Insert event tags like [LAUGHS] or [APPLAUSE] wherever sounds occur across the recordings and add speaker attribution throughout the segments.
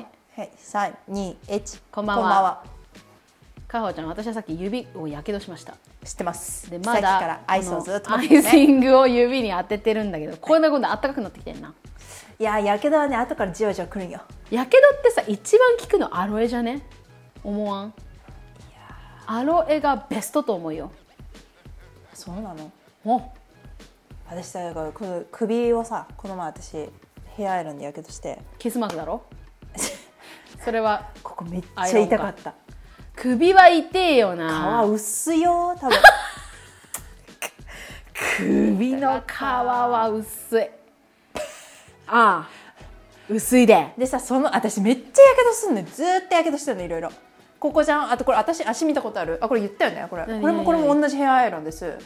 Speaker 1: はい、三、二、一。
Speaker 2: こんばんはかほちゃん私はさっき指をやけどしました
Speaker 1: 知ってます。
Speaker 2: で
Speaker 1: さ
Speaker 2: ま
Speaker 1: っ
Speaker 2: だ
Speaker 1: きからアイスをずっと
Speaker 2: この
Speaker 1: 持
Speaker 2: ア
Speaker 1: ってま
Speaker 2: イ
Speaker 1: すね
Speaker 2: シングを指に当ててるんだけどこんなことあったかくなってきてんない
Speaker 1: や、やけどはね、後からじわじわくるんよ。
Speaker 2: やけどってさ一番効くのアロエじゃね思わんアロエがベストと思うよ
Speaker 1: そうなの。
Speaker 2: お
Speaker 1: 私さ、だから、この首をさ、この前私。ヘアアイロンでやけど [LAUGHS] して。
Speaker 2: キスマークだろそれは
Speaker 1: ここめっちゃ痛かった。
Speaker 2: 首は痛えよな
Speaker 1: 皮薄いよ、多 [LAUGHS] 分。
Speaker 2: 首の皮は薄いああ薄いで
Speaker 1: でさ、その、私めっちゃやけどすんのよ、ずーっとやけどしてんの、いろいろ。ここじゃん、あとこれ、私足見たことある、あ、これ言ったよね、これ、これ
Speaker 2: 何
Speaker 1: もこれも同じヘアアイロンです。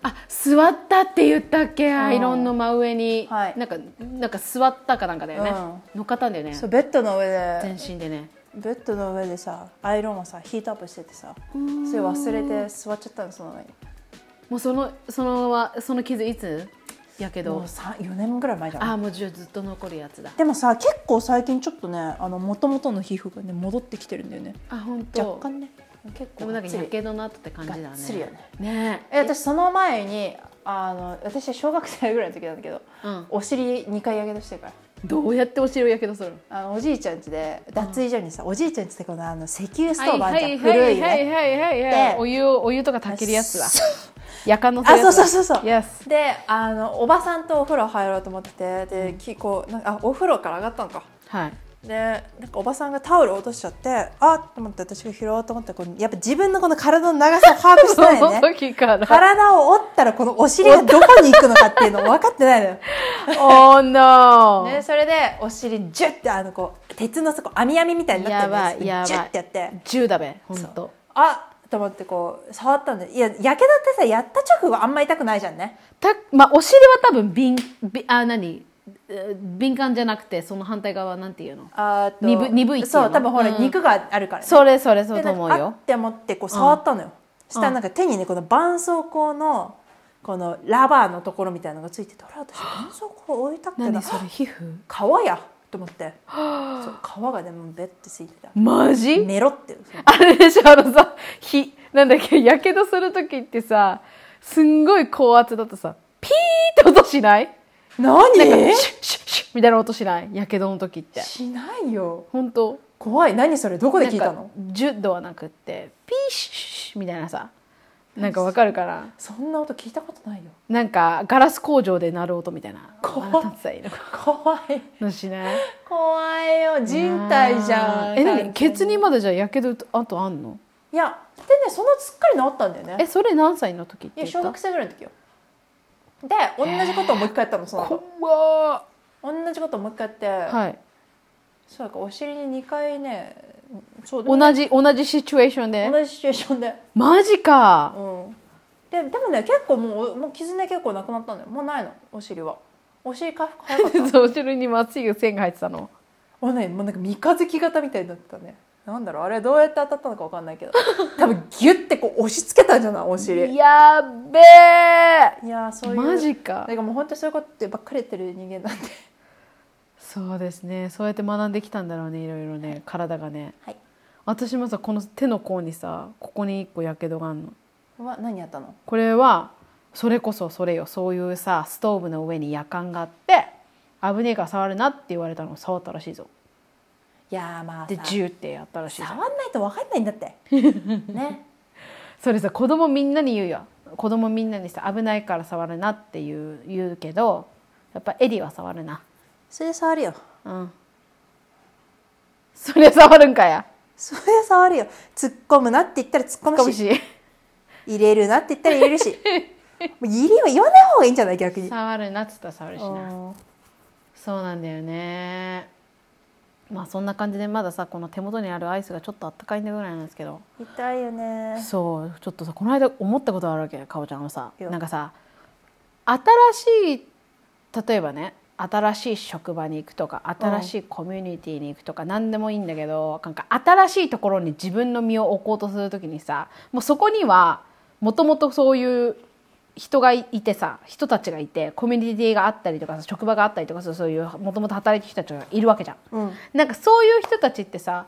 Speaker 2: あ座ったって言ったっけアイロンの真上に、
Speaker 1: はい
Speaker 2: なんかなんか座ったかなんかだよね、乗っかったんだよね
Speaker 1: そう、ベッドの上で。
Speaker 2: 全身でね
Speaker 1: ベッドの上でさアイロンをさヒートアップしててさそれ忘れて座っちゃったのその上に
Speaker 2: もうそのそのままその傷いつやけ
Speaker 1: も
Speaker 2: ど
Speaker 1: うさ4年ぐらい前じゃ
Speaker 2: あ
Speaker 1: ん
Speaker 2: あもうじゅずっと残るやつだ
Speaker 1: でもさ結構最近ちょっとねあの元々の皮膚がね戻ってきてるんだよね
Speaker 2: あ本当
Speaker 1: 若干ね結
Speaker 2: で
Speaker 1: 構
Speaker 2: もなんか
Speaker 1: つい
Speaker 2: やけどの後って感じだね
Speaker 1: がっつりよね
Speaker 2: ね
Speaker 1: え私その前にあの私小学生ぐらいの時なんだけど、
Speaker 2: うん
Speaker 1: お尻2回やけどしてるから
Speaker 2: どうやってお尻をやけどするの
Speaker 1: あのおじいちゃん家で脱衣所にさ、おじいちゃん家ってこのあの石油スト
Speaker 2: は
Speaker 1: ー
Speaker 2: い
Speaker 1: ブあ
Speaker 2: は
Speaker 1: るじゃん、
Speaker 2: いは
Speaker 1: 古い
Speaker 2: い
Speaker 1: ね、
Speaker 2: はいはいはいはい
Speaker 1: で
Speaker 2: お湯をお湯とか炊けるやつだ
Speaker 1: そう
Speaker 2: やかんの
Speaker 1: あそうそうそうそう、
Speaker 2: Yes
Speaker 1: であのおばさんとお風呂入ろうと思っててで、きこうなんかあお風呂から上がったのか
Speaker 2: はい
Speaker 1: でなんかおばさんがタオルを落としちゃってあっと思って私が拾おうと思ってこうやっぱ自分のこの体の長さを把握して
Speaker 2: [LAUGHS] そ
Speaker 1: ない
Speaker 2: の
Speaker 1: ね
Speaker 2: 時から
Speaker 1: 体を折ったらこのお尻がどこに行くのかっていうのを分かってないの
Speaker 2: [LAUGHS]
Speaker 1: よ、
Speaker 2: Oh no
Speaker 1: ね、それでお尻ジュッてあのこう鉄のそこ網網みたいになってる
Speaker 2: やば
Speaker 1: や
Speaker 2: い
Speaker 1: つジ
Speaker 2: や
Speaker 1: ュ
Speaker 2: ばい
Speaker 1: ッてやって
Speaker 2: 10だべ本当
Speaker 1: あっと思ってこう触ったんでいややけどってさやった直後あんま痛くないじゃんね
Speaker 2: たまあお尻は多分敏びあ何えー敏感じゃなくてその反対側なんていうの
Speaker 1: あーと
Speaker 2: 鈍鈍いっていうの
Speaker 1: そう多分ほら、
Speaker 2: うん
Speaker 1: 肉があるからね
Speaker 2: それそれそう
Speaker 1: で
Speaker 2: と
Speaker 1: なんか
Speaker 2: 思う
Speaker 1: あっ
Speaker 2: よ
Speaker 1: て思ってこう触ったのよ、したらなんか手にねこの絆創膏のこのラバーのところみたいなのがついてて「あれ私絆創膏置いたっけな
Speaker 2: 何それ皮膚
Speaker 1: 皮や!」と思ってそう皮がでもベッてついてた
Speaker 2: マジ
Speaker 1: メロってそう
Speaker 2: あれでしょあのさ火なんだっけやけどする時ってさすんごい高圧だとさピーって音しない
Speaker 1: 何
Speaker 2: シュッシュッシュッみたいな音しないやけどの時って
Speaker 1: しないよ
Speaker 2: 本当
Speaker 1: 怖い何それどこで聞いた
Speaker 2: なん
Speaker 1: の
Speaker 2: か10度はなくってピーシュッシュッシュッみたいなさなんかわかるかな
Speaker 1: そんな音聞いたことないよ [LAUGHS]
Speaker 2: なんかガラス工場で鳴る音みたいな
Speaker 1: 怖っ
Speaker 2: あなたさいいのか
Speaker 1: 怖い
Speaker 2: のしない
Speaker 1: 怖いよ人体じゃん
Speaker 2: え何ケツにまだじゃあやけどあとあんの
Speaker 1: いやでねそのつっかり治ったんだよね
Speaker 2: えそれ何歳の時って
Speaker 1: い
Speaker 2: 言
Speaker 1: や
Speaker 2: った
Speaker 1: 小学生ぐらいの時よで同じことをもう一回やったのその後
Speaker 2: 怖っ
Speaker 1: 同じことをもう一回やって、
Speaker 2: はい
Speaker 1: そうかお尻に2回ねそうでも
Speaker 2: 同じ同じシチュエーションで
Speaker 1: 同じシチュエーションで
Speaker 2: マジか
Speaker 1: うんででもね結構もうもう傷ね結構なくなったんだよもうないのお尻はお尻回復早かっ
Speaker 2: [LAUGHS]
Speaker 1: た
Speaker 2: そう後ろにまっすぐ線が入ってたの
Speaker 1: もうねもうなんか三日月型みたいになってたねなんだろうあれどうやって当たったのか分かんないけど [LAUGHS] 多分ギュッてこう押し付けたんじゃないお尻い
Speaker 2: やっべえ
Speaker 1: やーそういう
Speaker 2: マジか
Speaker 1: なんかもう本当そういうことばっかりやってる人間なんで
Speaker 2: そうですねそうやって学んできたんだろうねいろいろね体がね
Speaker 1: はい
Speaker 2: 私もさこの手の甲にさここに一個やけどがあんの
Speaker 1: は何やったの
Speaker 2: これはそれこそそれよそういうさストーブの上にやかんがあって危ねえから触るなって言われたのを触ったらしいぞ
Speaker 1: いやーまあ
Speaker 2: で
Speaker 1: さ
Speaker 2: ジューってやったらしい
Speaker 1: 触
Speaker 2: ぞ
Speaker 1: んないと分かんないんだって
Speaker 2: [LAUGHS]
Speaker 1: ね
Speaker 2: それさ子供みんなに言うよ子供みんなにさ危ないから触るなって言う言うけどやっぱエディは触るな
Speaker 1: それで触るよ
Speaker 2: うんそりゃ触るんかや
Speaker 1: それで触るよ突っ込むなって言ったら突っ込
Speaker 2: か
Speaker 1: む
Speaker 2: も
Speaker 1: し
Speaker 2: しれん
Speaker 1: 入れるなって言ったら入れる
Speaker 2: [LAUGHS]
Speaker 1: しもう入りは言わない方がいいんじゃない逆に
Speaker 2: 触るなっつったら触るしな
Speaker 1: うん
Speaker 2: そうなんだよねまあそんな感じでまださこの手元にあるアイスがちょっとあったかいんだぐらいなんですけど
Speaker 1: 痛いよね
Speaker 2: そうちょっとさこの間思ったことあるわけかおちゃんのさ
Speaker 1: いいよ
Speaker 2: なんかさ新しい例えばね新しい職場に行くとか新しいコミュニティに行くとか、何でもいいんだけどなんか新しいところに自分の身を置こうとするときにさもうそこにはもともとそういう人がいてさ人たちがいてコミュニティがあったりとかさ職場があったりとかさそういうもともと働いてる人たちがいるわけじゃん、
Speaker 1: うん
Speaker 2: なんかそういう人たちってさ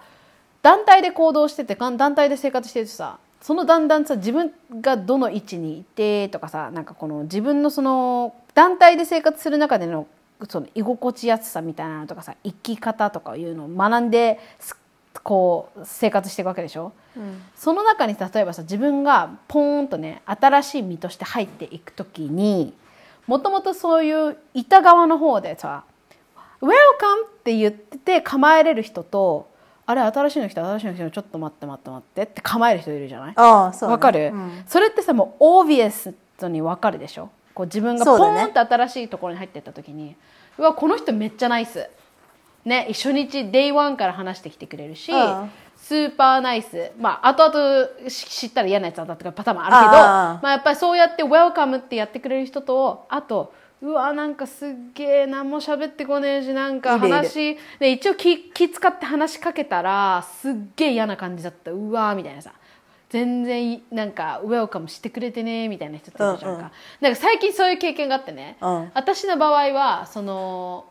Speaker 2: 団体で行動してて団団体で生活してるとさそのだんだんさ自分がどの位置にいてとかさなんかこの自分のその団体で生活する中でのその居心地やすさみたいなのとかさ生き方とかいうのを学んですこう生活していくわけでしょ、その中に例えばさ自分がポーンとね新しい身として入っていくときにもともとそういういた側の方でさ「Welcome!」って言ってて構えれる人と「あれ新しいの来た新しいの来たちょっと待って待って待って」って構える人いるじゃない
Speaker 1: ああそうね
Speaker 2: わかる、
Speaker 1: うん
Speaker 2: それってさもうオービエスにわかるでしょこう自分が
Speaker 1: そ
Speaker 2: ポ
Speaker 1: うだね
Speaker 2: ーンと新しいところに入ってった時にうわこの人めっちゃナイスね一緒に日デイワンから話してきてくれるし、
Speaker 1: うん
Speaker 2: スーパーナイスまあ後々し知ったら嫌なやつだったとかパターンもあるけど
Speaker 1: ああ
Speaker 2: まあ、やっぱりそうやってウェルカムってやってくれる人とあとうわなんかすっげえ何も喋ってこねえしなんか
Speaker 1: いるいる
Speaker 2: 話で一応気気使って話しかけたらすっげえ嫌な感じだったうわーみたいなさ全然いなんかウェルカムしてくれてねみたいな人っているじゃ
Speaker 1: う
Speaker 2: んか,、
Speaker 1: んうん
Speaker 2: なんか最近そういう経験があってね、
Speaker 1: うん
Speaker 2: 私の場合はその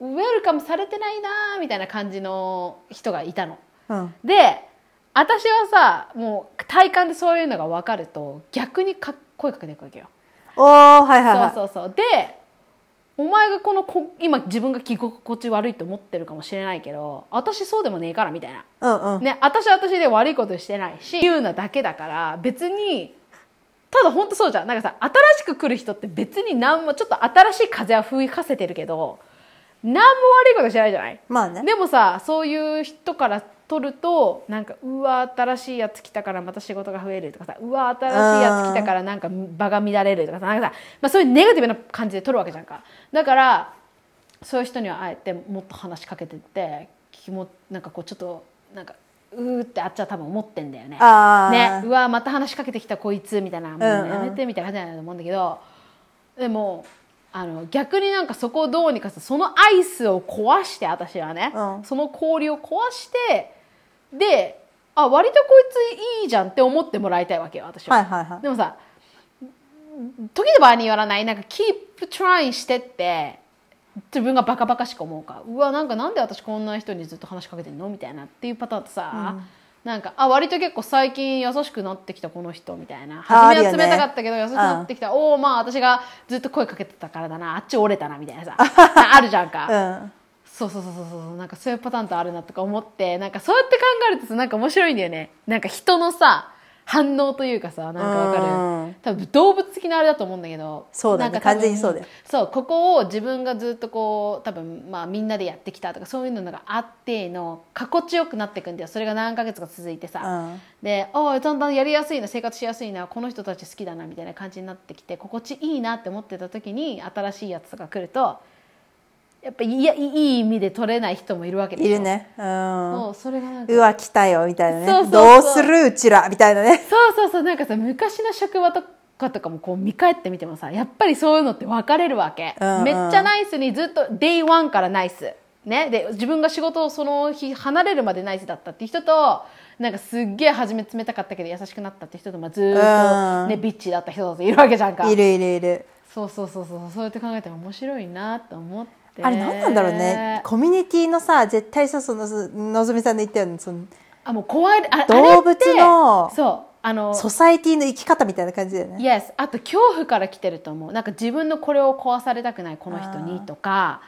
Speaker 2: ウェルカムされてないなーみたいな感じの人がいたの
Speaker 1: うん
Speaker 2: で私はさもう体感でそういうのが分かると逆にか声かけていくわけよ
Speaker 1: おーはいはいはい
Speaker 2: そうそうそうでお前がこのこ今自分が着心地悪いと思ってるかもしれないけど私そうでもねえからみたいな
Speaker 1: うんうん
Speaker 2: ね私は私で悪いことしてないし言うなだけだから別にただ本当そうじゃんなんかさ新しく来る人って別に何もちょっと新しい風は吹かせてるけど何も悪いことしてないじゃない
Speaker 1: まあね
Speaker 2: でもさそういう人から取るとなんかうわ新しいやつ来たからまた仕事が増えるとかさうわ新しいやつ来たからなんか場が乱れるとかさなんかさ、まあ、そういうネガティブな感じで取るわけじゃんかだからそういう人にはあえてもっと話しかけてって気もなんかこうちょっとなんかうーってあっちは多分思ってんだよね
Speaker 1: あー
Speaker 2: ねうわまた話しかけてきたこいつみたいなもう
Speaker 1: うんうん
Speaker 2: やめてみたいな感じだと思うんだけど、でもあの逆になんかそこをどうにかさそのアイスを壊して私はね、
Speaker 1: うん
Speaker 2: その氷を壊してであ割とこいついいじゃんって思ってもらいたいわけよ私は、
Speaker 1: はいはいはい
Speaker 2: でもさ時の場合によらないなんかキープトライしてって自分がバカバカしく思うかうわなんかなんで私こんな人にずっと話しかけてんのみたいなっていうパターンとさ、なんかあ割と結構最近優しくなってきたこの人みたいな
Speaker 1: あ
Speaker 2: 初め
Speaker 1: あ
Speaker 2: は
Speaker 1: る
Speaker 2: 冷
Speaker 1: よね
Speaker 2: たかったけど優しくなってきた、おおまあ私がずっと声かけてたからだなあっち折れたなみたいなさあるじゃんか、
Speaker 1: うん
Speaker 2: そうそうそうそうそうなんかそういうパターンとあるなとか思ってなんかそうやって考えるとさなんか面白いんだよねなんか人のさ反応というかさなんかわかる
Speaker 1: うん
Speaker 2: 多分動物的なあれだと思うんだけど
Speaker 1: そうだね
Speaker 2: なんか多分
Speaker 1: 完全にそうだよ
Speaker 2: そうここを自分がずっとこう多分まあみんなでやってきたとかそういうのがあっての過去地よくなっていくんだよそれが何ヶ月か続いてさ、
Speaker 1: うん
Speaker 2: でああだんだんやりやすいな生活しやすいなこの人たち好きだなみたいな感じになってきて心地いいなって思ってた時に新しいやつとか来るとやっぱいやいいい意味で取れない人もいるわけでし
Speaker 1: い
Speaker 2: ょ
Speaker 1: るねうん
Speaker 2: そうそれがなんか
Speaker 1: うわ来たよみたいなね
Speaker 2: そうそうそう
Speaker 1: どうするうちらみたいなね
Speaker 2: そうそうそうなんかさ昔の職場とかとかもこう見返ってみてもさやっぱりそういうのって分かれるわけ、
Speaker 1: うんうん
Speaker 2: めっちゃナイスにずっと Day1 からナイスね、で自分が仕事をその日離れるまでナイスだったっていう人となんかすっげえ初め冷たかったけど優しくなったって人と、まあ、ずーっと、ね
Speaker 1: うん
Speaker 2: ビッチだった人だといるわけじゃんか
Speaker 1: いるいるいる
Speaker 2: そうそうそうそうそうやって考えても面白いなと思って
Speaker 1: あれ何なんだろうねコミュニティのさ絶対さそのそのぞみさんの言ったようなその
Speaker 2: あもう怖いああれって
Speaker 1: 動物の
Speaker 2: そうあの
Speaker 1: ソサエティの生き方みたいな感じだよね
Speaker 2: Yes、あと恐怖から来てると思うなんか自分のこれを壊されたくないこの人にとか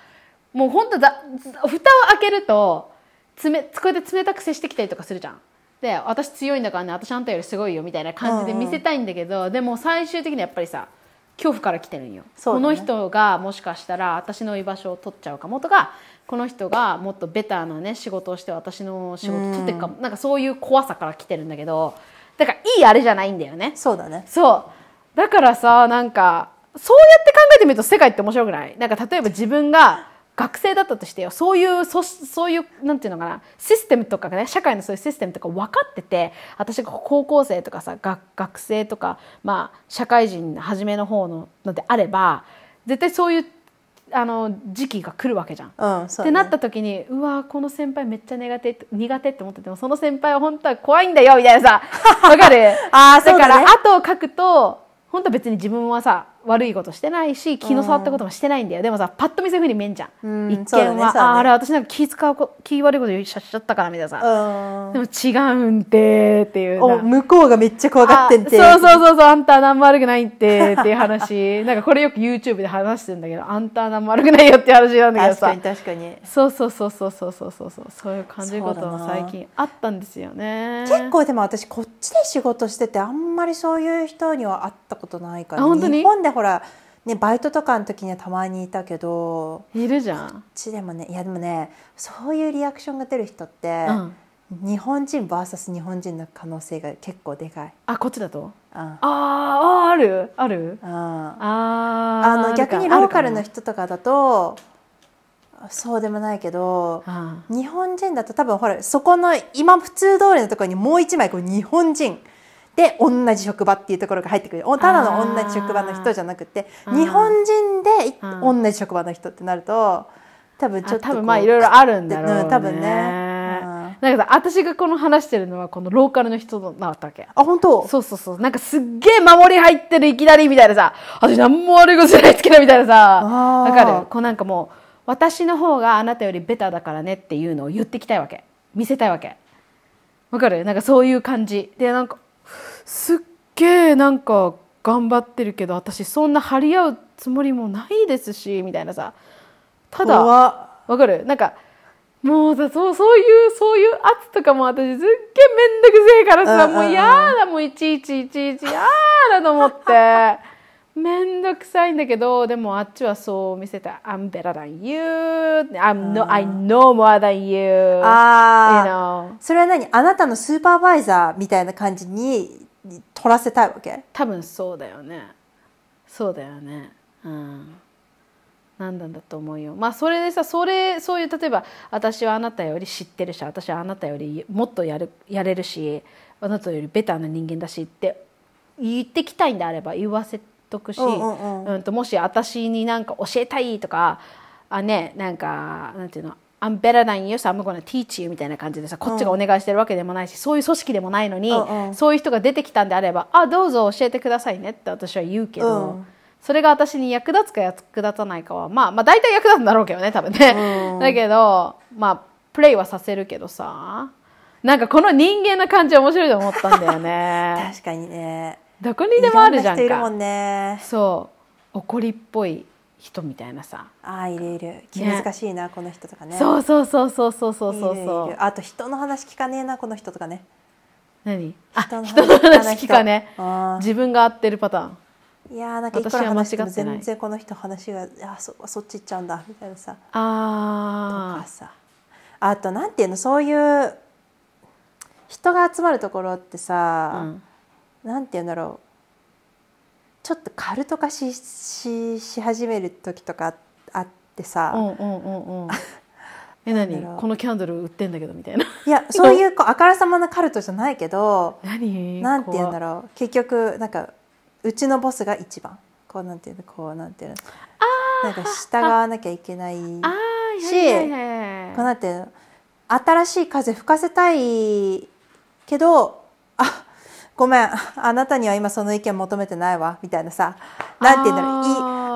Speaker 2: もう本当だ蓋を開けるとつめこうやって冷たく接してきたりとかするじゃんで私強いんだからね私あんたよりすごいよみたいな感じで見せたいんだけど、でも最終的にはやっぱりさ恐怖から来てるんよ、
Speaker 1: そう
Speaker 2: こ
Speaker 1: だね
Speaker 2: の人がもしかしたら私の居場所を取っちゃうかもとかこの人がもっとベターなね仕事をして私の仕事を取っていくかも、なんかそういう怖さから来てるんだけどだからいいあれじゃないんだよね
Speaker 1: そうだね
Speaker 2: そうだからさなんかそうやって考えてみると世界って面白くないなんか例えば自分が学生だったとしてよそういうそそういうなんていうのかなシステムとかね社会のそういうシステムとか分かってて私が高校生とかさ学学生とか、まあ、社会人の初めの方ののであれば絶対そういうあの時期が来るわけじゃん。
Speaker 1: うんそう
Speaker 2: っ
Speaker 1: だね
Speaker 2: てなった時にうわーこの先輩めっちゃ苦手苦手って思っててもそ
Speaker 1: [LAUGHS]
Speaker 2: の先輩は本当は怖いんだよみたいなさわかる
Speaker 1: あーそうだね
Speaker 2: から後を書くと本当は別に自分はさ悪いことしてないし気の触ったこともしてないんだよ、でもさパッと見せるふうに見えんじゃん、
Speaker 1: うん
Speaker 2: 一見
Speaker 1: そうだ
Speaker 2: は、
Speaker 1: ねそうだね
Speaker 2: ああれ私なんか気使うこ気悪いことしちゃったからみたいなさ、
Speaker 1: うん
Speaker 2: でも違うんてっていう
Speaker 1: お
Speaker 2: な
Speaker 1: 向こうがめっちゃ怖がってんて
Speaker 2: あそうそうそうそうあんたは何も悪くないってっていう話 [LAUGHS] なんかこれよく YouTube で話してるんだけどあんたは何も悪くないよっていう話なんだけど
Speaker 1: 確か
Speaker 2: さ
Speaker 1: に確かに
Speaker 2: そうそうそうそうそうそうそうそうそういう感じること
Speaker 1: そ
Speaker 2: も
Speaker 1: うだな
Speaker 2: 最近あったんですよね
Speaker 1: 結構でも私こっちで仕事しててあんまりそういう人には会ったことないから
Speaker 2: あ本当に
Speaker 1: 日本でほら、ね、バイトとかの時にはたまにいたけどこ
Speaker 2: いるじゃん
Speaker 1: っちでもねいやでもねそういうリアクションが出る人って、
Speaker 2: うん
Speaker 1: 日本人 VS 日本人の可能性が結構でかい。
Speaker 2: あこっちだと
Speaker 1: うん
Speaker 2: あーあーあるある
Speaker 1: うん
Speaker 2: あー
Speaker 1: あの
Speaker 2: るか
Speaker 1: 逆にローカル
Speaker 2: あ
Speaker 1: の
Speaker 2: るか
Speaker 1: 人とかだとそうでもないけど
Speaker 2: な
Speaker 1: 日本人だと多分ほらそこの今普通通りのところにもう一枚こう日本人で同じ職場っていうところが入ってくるおただの同じ職場の人じゃなくて
Speaker 2: あー
Speaker 1: 日本人で
Speaker 2: う
Speaker 1: 同じ職場の人ってなると多分
Speaker 2: あ
Speaker 1: ちょっと
Speaker 2: 多分まあいろいろあるんだろうね、
Speaker 1: うん多分ねうん
Speaker 2: なんかさ私がこの話してるのはこのローカルの人だったわけ
Speaker 1: あ本当
Speaker 2: そうそうそう。なんかすっげえ守り入ってるいきなりみたいなさ、私何も悪いことじゃないですけどみたいなさ、
Speaker 1: あ
Speaker 2: わ
Speaker 1: ー
Speaker 2: かるこうなんかもう、私の方があなたよりベタだからねっていうのを言ってきたいわけ。見せたいわけ。わかるなんかそういう感じ。で、なんか、すっげえなんか頑張ってるけど、私そんな張り合うつもりもないですし、みたいなさ。ただ、
Speaker 1: 怖っ
Speaker 2: わかるなんかもうさそうそういうそういう圧とかも私すっげえめんどくせえからさ
Speaker 1: うんうんうん
Speaker 2: もう嫌だもういちいちいちいち嫌だと思ってめんどくさいんだけどでもあっちはそう見せた「I'm better than you」I'm no, I know more than you」
Speaker 1: あー
Speaker 2: you know
Speaker 1: それは何あなたのスーパーバイザーみたいな感じに取らせたいわけ
Speaker 2: 多分そうだよねそうだよねうん何なんだと思うよまあそれでさそれそういう例えば私はあなたより知ってるし私はあなたよりもっとやるやれるしあなたよりベターな人間だしって言ってきたいんであれば言わせとくし、
Speaker 1: うんうん
Speaker 2: うんともし私になんか教えたいとかあねなんかなんていうの I'm better than you, so I'm gonna teach you みたいな感じでさ、こっちがお願いしてるわけでもないし、そういう組織でもないのに、
Speaker 1: うんうん
Speaker 2: そういう人が出てきたんであれば、あ、どうぞ教えてくださいねって私は言うけど、
Speaker 1: うん
Speaker 2: それが私に役立つか役立たないかは、まあ、まあ大体役立つんだろうけどね、多分ね。 [LAUGHS] だけど、まあ、プレイはさせるけどさ、なんかこの人間な感じ面白いと思ったんだ
Speaker 1: [LAUGHS]
Speaker 2: よね。
Speaker 1: 確かにね
Speaker 2: どこにでもあるじゃんか。
Speaker 1: いろんな人いるもんね
Speaker 2: そう、怒りっぽい人みたいなさ。
Speaker 1: ああいるいる気難しいな、この人とかね
Speaker 2: そうそうそうそうそうそう
Speaker 1: いる
Speaker 2: そうそ
Speaker 1: いうるあと人の話聞かねえなこの人とかね
Speaker 2: 何あ
Speaker 1: 人
Speaker 2: 人
Speaker 1: の
Speaker 2: の
Speaker 1: 話
Speaker 2: 話
Speaker 1: 聞
Speaker 2: 聞
Speaker 1: か
Speaker 2: か
Speaker 1: ない
Speaker 2: ね自分が合ってるパターン
Speaker 1: いやーなんか一個の話してても
Speaker 2: 私は間違ってない
Speaker 1: 全然この人話があそそっち行っちゃうんだみたいなさと
Speaker 2: あ
Speaker 1: かさあとなんていうのそういう人が集まるところって
Speaker 2: あ、う
Speaker 1: さ、
Speaker 2: ん
Speaker 1: なんていうんだろうちょっとカルト化ししし始める時とかあってさ、
Speaker 2: うんうんうんうん
Speaker 1: [LAUGHS]
Speaker 2: え
Speaker 1: なんだろう
Speaker 2: 何このキャンドル売ってんだけどみたいな [LAUGHS]
Speaker 1: いやそういうこうあからさまなカルトじゃないけど
Speaker 2: 何
Speaker 1: なんて言うんだ
Speaker 2: ろう
Speaker 1: ろう結局なんかうちのボスが一番こうなんていうのこうなんていうのなんか従わなきゃいけない
Speaker 2: あ
Speaker 1: こ
Speaker 2: あ
Speaker 1: し
Speaker 2: はいはいはい
Speaker 1: うんなんていうの新しい風吹かせたいけどあごめんあなたには今その意見求めてないわみたいなさなんていうんだろう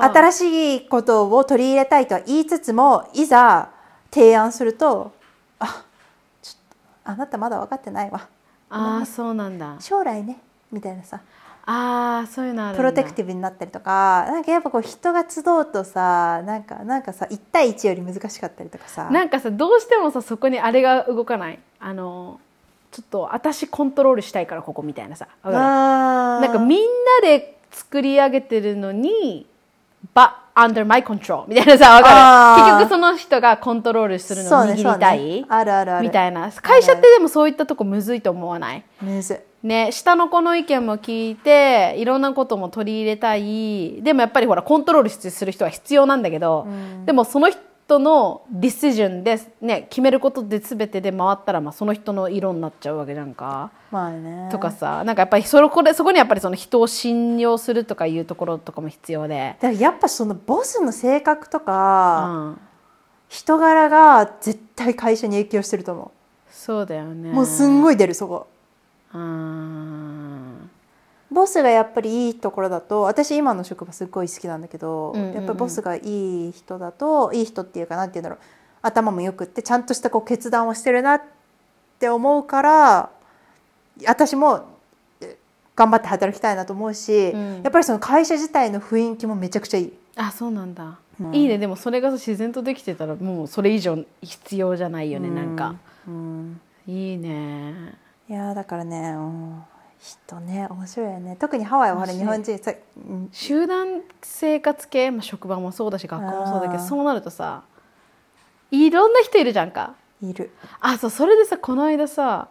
Speaker 2: あ
Speaker 1: い
Speaker 2: ー
Speaker 1: 新しいことを取り入れたいとは言いつつもいざ提案するとあちょっとあなたまだ分かってないわ
Speaker 2: ああそうなんだ
Speaker 1: 将来ねみたいなさ
Speaker 2: ああそういうのあるんだ
Speaker 1: プロテクティブになったりとかなんかやっぱこう人が集うとさなんかなんかさ1対1より難しかったりとかさ
Speaker 2: なんかさどうしてもさそこにあれが動かないあのちょっと私コントロールしたいからここみたいなさわかる
Speaker 1: あー
Speaker 2: なんかみんなで作り上げてるのに、but under my control みたいなさ、わ
Speaker 1: あー
Speaker 2: かる結局その人がコントロールするのを
Speaker 1: そうね
Speaker 2: 握りたい、
Speaker 1: そうねあるあるある
Speaker 2: みたいな。会社ってでもそういったとこむずいと思わない
Speaker 1: むずい
Speaker 2: ね、下の子の意見も聞いて、いろんなことも取り入れたい。でもやっぱりほら、コントロールする人は必要なんだけど、でもその人のディシジョンで、ね、決めることで全てで回ったら、まあその人の色になっちゃうわけじゃんか。
Speaker 1: まあね
Speaker 2: とかさなんかやっぱりそこでそこにやっぱりその人を信用するとかいうところとかも必要で、
Speaker 1: だからやっぱそのボスの性格と
Speaker 2: う
Speaker 1: か、
Speaker 2: ん、
Speaker 1: 人柄が絶対会社に影響してると思
Speaker 2: そうだよね
Speaker 1: うもうすんごい出るそこ
Speaker 2: うん
Speaker 1: ボスがやっぱりいいところだと私今の職場すっごい好きなんだけど、
Speaker 2: うんうんうん
Speaker 1: やっぱりボスがいい人だといい人っていうかなんて言うんだろう頭もよくってちゃんとしたこう決断をしてるなって思うから私もえ頑張って働きたいなと思うし、
Speaker 2: うん
Speaker 1: やっぱりその会社自体の雰囲気もめちゃくちゃいい。
Speaker 2: あそうなんだ、
Speaker 1: うん
Speaker 2: いいねでもそれが自然とできてたらもうそれ以上必要じゃないよね、
Speaker 1: うん
Speaker 2: なんか
Speaker 1: うん
Speaker 2: いいね
Speaker 1: いやーだからね、うん人ね面白いよね特にハワイはほら
Speaker 2: 面
Speaker 1: 日
Speaker 2: 白い
Speaker 1: 本人さうん
Speaker 2: 集団生活系、まあ、職場もそうだし学校もそうだけど
Speaker 1: あー
Speaker 2: そうなるとさいろんな人いるじゃんか
Speaker 1: いる。
Speaker 2: あそうそれでさこの間さ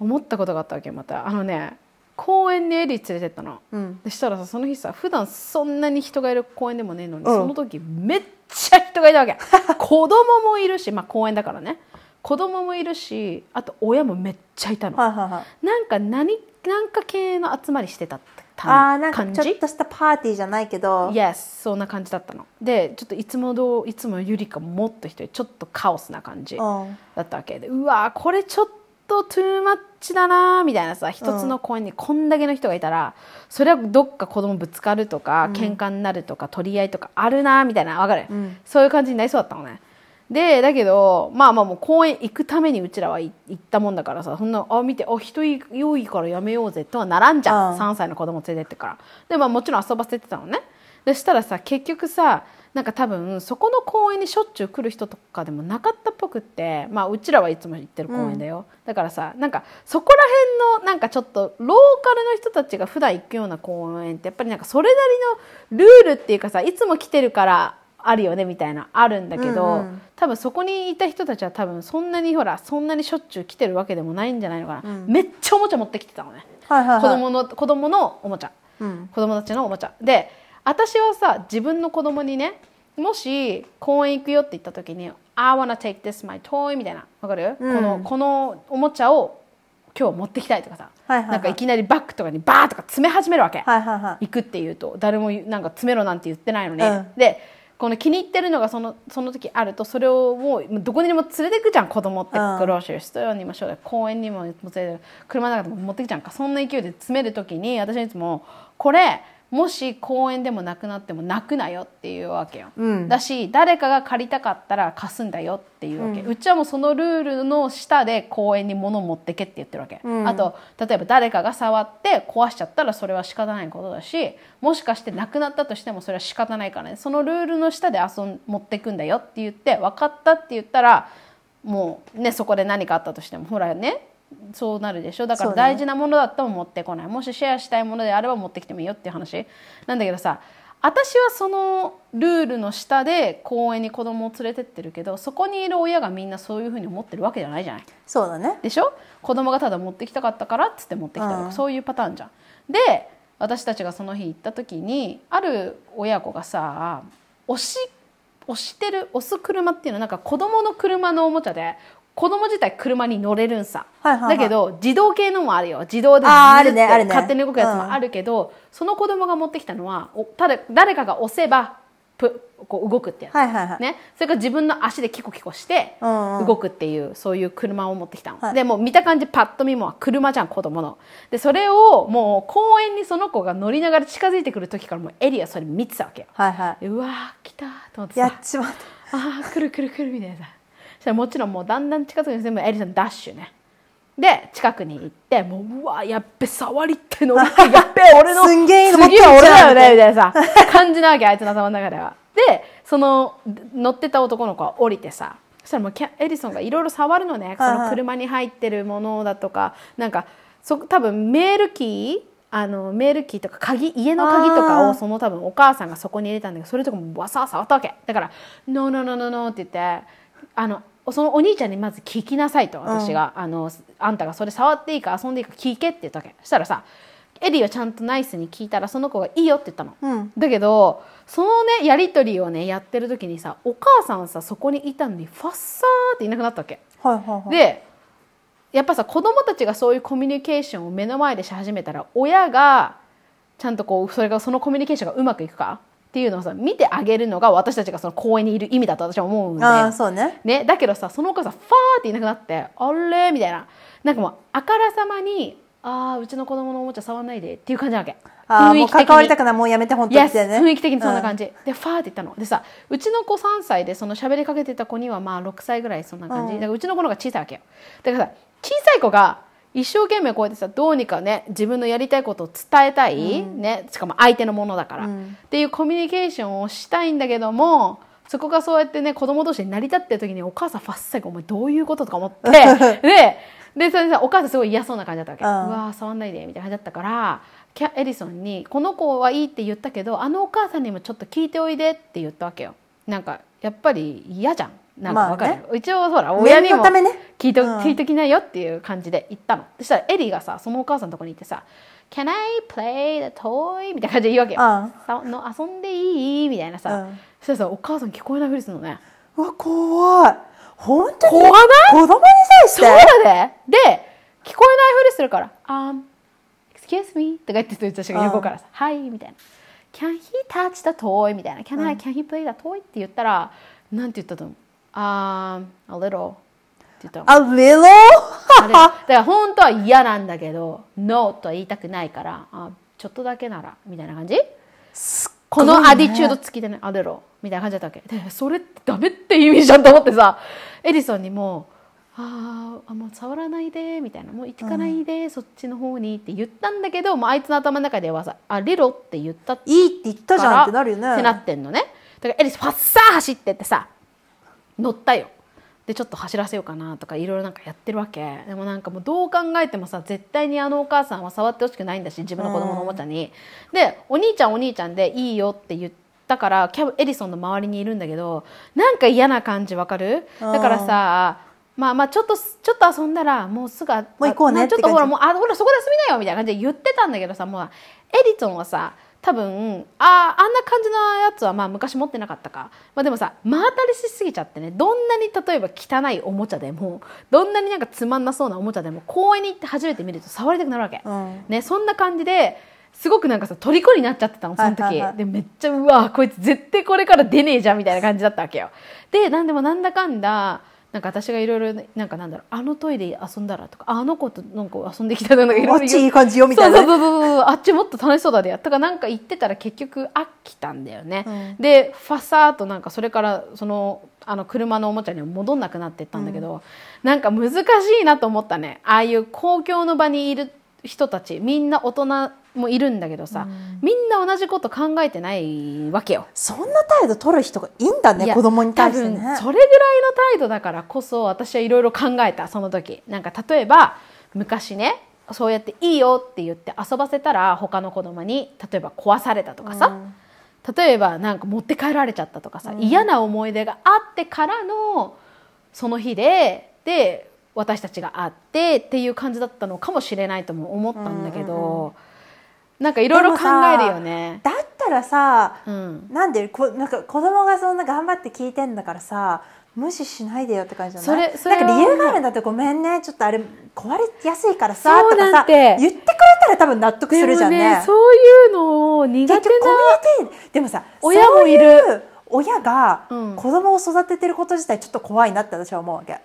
Speaker 2: 思ったことがあったわけよまたあのね公園にエリー連れてったの
Speaker 1: うん、
Speaker 2: でしたらさその日さ普段そんなに人がいる公園でもねえのに、
Speaker 1: うん
Speaker 2: その時めっちゃ人がいたわけ [LAUGHS] 子供もいるしまあ公園だからね子供もいるしあと親もめっちゃいたの
Speaker 1: はいはいはい。
Speaker 2: なんか何なんか系の集まりしてたって
Speaker 1: あー
Speaker 2: た
Speaker 1: なんか
Speaker 2: 感
Speaker 1: ちょっ
Speaker 2: じ
Speaker 1: としたパーティーじゃないけど
Speaker 2: Yes そんな感じだったのでちょっといつもどういつもよりかもっと人ちょっとカオスな感じ
Speaker 1: うん
Speaker 2: だったわけでうわーこれちょっとトゥーマッチだなーみたいなさ一つの公園にこんだけの人がいたら、それはどっか子供ぶつかるとか喧嘩になるとか取り合いとかあるなーみたいなわかる、
Speaker 1: うん
Speaker 2: そういう感じになりそうだったのねでだけどまあまあもう公園行くためにうちらは行行ったもんだからさそんなあ見てあ人用意からやめようぜとはならんじゃん、
Speaker 1: うん
Speaker 2: 3歳の子供連れてってからでまあもちろん遊ばせてたのねでしたらさ結局さなんか多分そこの公園にしょっちゅう来る人とかでもなかったっぽくってまあうちらはいつも行ってる公園だよ、だからさなんかそこら辺のなんかちょっとローカルの人たちが普段行くような公園ってやっぱりなんかそれなりのルールっていうかさいつも来てるからあるよねみたいなあるんだけど、
Speaker 1: うんうん
Speaker 2: 多分そこにいた人たちは多分そんなにほらそんなにしょっちゅう来てるわけでもないんじゃないのかな、
Speaker 1: うん
Speaker 2: めっちゃおもちゃ持ってきてたのね、
Speaker 1: はいはいはい
Speaker 2: 子供の子供のおもちゃ
Speaker 1: うん
Speaker 2: 子供たちのおもちゃで私はさ自分の子供にねもし公園行くよって言った時に「I wanna take this my toy」みたいなわかる、
Speaker 1: うん
Speaker 2: このこのおもちゃを今日持ってきたいとかさ、
Speaker 1: はいはいはい
Speaker 2: なんかいきなりバッグとかにバーとか詰め始めるわけ、
Speaker 1: はいはいはい
Speaker 2: 行くっていうと誰も言うなんか詰めろなんて言ってないのに、
Speaker 1: うん
Speaker 2: でこの気に入ってるのがそのその時あるとそれをもうどこにでも連れてくじゃん子供って、
Speaker 1: うん
Speaker 2: グローシャリーストアにもしょう公園にも連れて車の中でも持ってくじゃんかそんな勢いで詰める時に私はいつもこれもし公園でもなくなっても泣くなよっていうわけよ、
Speaker 1: うん
Speaker 2: だし誰かが借りたかったら貸すんだよっていうわけ、うちはもうそのルールの下で公園に物を持ってけって言ってるわけ、
Speaker 1: うん
Speaker 2: あと例えば誰かが触って壊しちゃったらそれは仕方ないことだしもしかしてなくなったとしてもそれは仕方ないからねそのルールの下で遊ん持ってくんだよって言って分かったって言ったらもうねそこで何かあったとしてもほらねそうなるでしょだ
Speaker 1: そ
Speaker 2: から
Speaker 1: うだね
Speaker 2: 大事なものだったら持ってこない、もしシェアしたいものであれば持ってきてもいいよっていう話なんだけどさ私はそのルールの下で公園に子供を連れてってるけどそこにいる親がみんなそういうふうに思ってるわけじゃないじゃない。
Speaker 1: そうだね
Speaker 2: でしょ子供がただ持ってきたかったからっつって持ってきたとか、
Speaker 1: うん
Speaker 2: そういうパターンじゃんで私たちがその日行った時にある親子がさ押し押してる押す車っていうのはなんか子供の車のおもちゃで子供自体車に乗れるんさ、
Speaker 1: はいはいはい
Speaker 2: だけど自動系のもあるよ自動で
Speaker 1: あーあ
Speaker 2: ず
Speaker 1: る
Speaker 2: ーっ
Speaker 1: ねある
Speaker 2: て
Speaker 1: ね
Speaker 2: 勝手に動くやつもあるけど、その子供が持ってきたのはおただ誰かが押せばぷこう動くってやつ、
Speaker 1: はいはいはい、
Speaker 2: ね、それから自分の足でキコキコして
Speaker 1: うんうん
Speaker 2: 動くっていう、そういう車を持ってきたの、
Speaker 1: はい
Speaker 2: でもう見た感じパッと見も車じゃん子供のでそれをもう公園にその子が乗りながら近づいてくる時からもうエリアそれ見てたわけよ
Speaker 1: はいは
Speaker 2: でうわー来たーと思って
Speaker 1: い
Speaker 2: さ
Speaker 1: やっちまっ
Speaker 2: ああ来る来る来るみたいなさそしたらもちろんもうだんだん近づくに全部エリさんダッシュねで近くに行ってもううわやっべ触りってのやっべ俺の
Speaker 1: すんげえの持ってんじ
Speaker 2: 次
Speaker 1: ゃ
Speaker 2: は
Speaker 1: ん
Speaker 2: 俺だよねみたいなさ感じなわけあいつの頭の中ではでその乗ってた男の子は降りてさそしたらもうキャエリソンがいろいろ触るのねそ
Speaker 1: はいは
Speaker 2: の
Speaker 1: い
Speaker 2: 車に入ってるものだとかなんかそ多分メールキーあのメールキーとか鍵家の鍵とか
Speaker 1: あ
Speaker 2: を
Speaker 1: ー
Speaker 2: その多分お母さんがそこに入れたんだけどそれとかもわさわさ触ったわけだから「ノーノーノーノーノー」って言ってあのそのお兄ちゃんにまず聞きなさいと私が、あのあんたがそれ触っていいか遊んでいいか聞けって言ったわけそしたらさエリーはちゃんとナイスに聞いたらその子が「いいよ」って言ったの、
Speaker 1: うん
Speaker 2: だけどそのねやり取りをねやってる時にさお母さんさそこにいたのにファッサーっていなくなったわけ
Speaker 1: たはいはいはい
Speaker 2: でやっぱさ子供たちがそういうコミュニケーションを目の前でし始めたら親がちゃんとこうそれがそのコミュニケーションがうまくいくかっていうのをさ見てあげるのが私たちがその公園にいる意味だと私は思うんで
Speaker 1: ああそうね
Speaker 2: ね、だけどさそのお母さんファーっていなくなって「あれ?」みたいななんかもうあからさまにああうちの子供のおもちゃ触んないでっていう感じなわけ
Speaker 1: ああ
Speaker 2: 雰
Speaker 1: も
Speaker 2: 囲
Speaker 1: う
Speaker 2: 気的に
Speaker 1: 関わりたくないもうやめて本当
Speaker 2: Yes
Speaker 1: にってね
Speaker 2: 雰囲気的にそんな感
Speaker 1: じ、
Speaker 2: じ、でファーって言ったのでさうちの子3歳でその喋りかけてた子にはまあ6歳ぐらいそんな感じ、
Speaker 1: うん
Speaker 2: だからうちの子の方が小さいわけよだからさ小さい子が一生懸命こうやってさどうにかね自分のやりたいことを伝えたい、ね、しかも相手のものだから、
Speaker 1: うん
Speaker 2: っていうコミュニケーションをしたいんだけどもそこがそうやってね子供同士に成り立ってる時にお母さんファッサイお前どういうこととか思って
Speaker 1: [LAUGHS]
Speaker 2: ででそれでさお母さんすごい嫌そうな感じだったわけ、
Speaker 1: う
Speaker 2: うんわー触んないでみたいな感じだったからキャエリソンに「この子はいいって言ったけどあのお母さんにもちょっと聞いておいで」って言ったわけよなんかやっぱり嫌じゃんなんかわかる、
Speaker 1: ま
Speaker 2: 一応ほら
Speaker 1: 親
Speaker 2: 親に
Speaker 1: の
Speaker 2: も
Speaker 1: ためね
Speaker 2: 聞いと、
Speaker 1: うん
Speaker 2: 聞いときなよっていう感じで言ったのそしたらエリーがさそのお母さんのとこに行ってさ「Can I play the toy?」みたいな感じで言うわけよ、
Speaker 1: うん
Speaker 2: さの遊んでいいみたいなさ、
Speaker 1: うん
Speaker 2: そしたらさお母さん聞こえないふりするのね
Speaker 1: うわ怖い本当に
Speaker 2: 怖ない
Speaker 1: 子供に対し
Speaker 2: そう
Speaker 1: て
Speaker 2: だねで聞こえないふりするから「um, excuse me」とか言って言った人が横からさ「はい」みたいな「can he touch the toy」みたいな「can I、can he play the toy」って言ったらなんて言ったと思う「um, a little」って言ったの
Speaker 1: あ、レロ
Speaker 2: あれだから本当は嫌なんだけど「NO」とは言いたくないからあちょっとだけならみたいな感じこのアディチュード付きでね「あれろ」みたいな感じだったわけでそれってダメって意味じゃんと思ってさ [LAUGHS] エリソンにも「あーあもう触らないで」みたいな「もう行かないで、そっちの方に」って言ったんだけどもうあいつの頭の中ではさ「あれろ」って言ったって
Speaker 1: いいって言ったじゃんってなるよね。
Speaker 2: ってなってんのねだからエリスファッサー走ってってさ乗ったよでちょっと走らせようかなとかいろいろなんかやってるわけでもなんかもうどう考えてもさ絶対にあのお母さんは触ってほしくないんだし自分の子供のおもちゃに、でお兄ちゃんお兄ちゃんでいいよって言ったからキャブエリソンの周りにいるんだけどなんか嫌な感じわかるだからさまあまあちょっとちょっと遊んだらもうすぐも
Speaker 1: う行こうね
Speaker 2: ちょっとほ
Speaker 1: って感
Speaker 2: ら
Speaker 1: じ
Speaker 2: もうあほらそこで休みなよみたいな感じで言ってたんだけどさもうエリトンはさ多分ああんな感じのやつはまあ昔持ってなかったか、まあ、でもさ真当たりしすぎちゃってねどんなに例えば汚いおもちゃでもどんなになんかつまんなそうなおもちゃでも公園に行って初めて見ると触りたくなるわけ、
Speaker 1: うん
Speaker 2: ね、そんな感じですごくなんかさ虜になっちゃってたのその時、
Speaker 1: はいはいはい
Speaker 2: でめっちゃうわこいつ絶対これから出ねえじゃんみたいな感じだったわけよでなんでもなんだかんだなんか私がいろいろなんかなんだろうあのトイレ遊んだらとかあの子となんか遊んできたらなんかいろ
Speaker 1: あ
Speaker 2: いろ
Speaker 1: っちいい感じよみたい
Speaker 2: そ
Speaker 1: な
Speaker 2: うそ
Speaker 1: ね。
Speaker 2: うそうそうあっちもっと楽しそうだでやったかなんか言ってたら結局飽きたんだよね、
Speaker 1: う
Speaker 2: でファサーとなんかそれからそのあの車のおもちゃには戻んなくなってったんだけど、なんか難しいなと思ったねああいう公共の場にいる人たちみんな大人もいるんだけどさ、みんな同じこと考えてないわけよ。
Speaker 1: そんな態度取る人がいいんだ
Speaker 2: い
Speaker 1: ね、
Speaker 2: や
Speaker 1: 子供に対してね。
Speaker 2: 多分それぐらいの態度だからこそ私はいろいろ考えたその時なんか例えば昔ねそうやっていいよって言って遊ばせたら他の子供に例えば壊されたとかさ、例えばなんか持って帰られちゃったとかさ、嫌な思い出があってからのその日でで私たちが会ってっていう感じだったのかもしれないとも思ったんだけど、なんかいろいろ考えるよね。
Speaker 1: だったらさ、
Speaker 2: うん
Speaker 1: なんでこなんか子供がそんな頑張って聞いてんだからさ、無視しないでよって感じじゃない
Speaker 2: それそれは
Speaker 1: なんか理由があるんだってごめんね、ちょっとあれ壊れやすいからさ、
Speaker 2: そう
Speaker 1: とか
Speaker 2: なん
Speaker 1: さ、
Speaker 2: て
Speaker 1: 言ってくれたら多分納得するじゃん
Speaker 2: でも
Speaker 1: ね。
Speaker 2: そういうのを苦手
Speaker 1: 結
Speaker 2: な
Speaker 1: 局コミュニティでもさ
Speaker 2: 親もいる
Speaker 1: そういう親が
Speaker 2: うん
Speaker 1: 子供を育ててること自体ちょっと怖いなって私は思うわけ、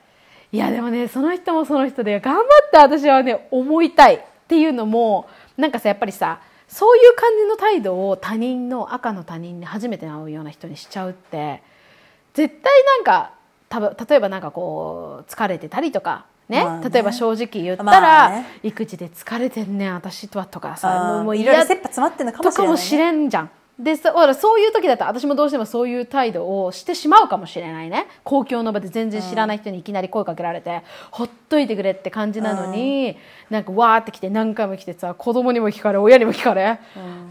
Speaker 2: いやでもねその人もその人で頑張って私はね思いたいっていうのもなんかさやっぱりさそういう感じの態度を他人の赤の他人に初めて会うような人にしちゃうって絶対なんかたぶ例えばなんかこう疲れてたりとか。ね
Speaker 1: まあね
Speaker 2: 例えば正直言ったら、
Speaker 1: まあね
Speaker 2: 育児で疲れてんねん私とはとか
Speaker 1: あ
Speaker 2: さもう
Speaker 1: ー
Speaker 2: もう
Speaker 1: いろいろ
Speaker 2: 嫌
Speaker 1: 切羽詰まってるのかも
Speaker 2: と
Speaker 1: しれ
Speaker 2: か
Speaker 1: ない、ね、
Speaker 2: もしれんじゃん。でそほらそういう時だったら私もどうしてもそういう態度をしてしまうかもしれないね公共の場で全然知らない人にいきなり声かけられて、ほっといてくれって感じなのに、なんかわーって来て何回も来てさ子供にも聞かれ親にも聞かれ、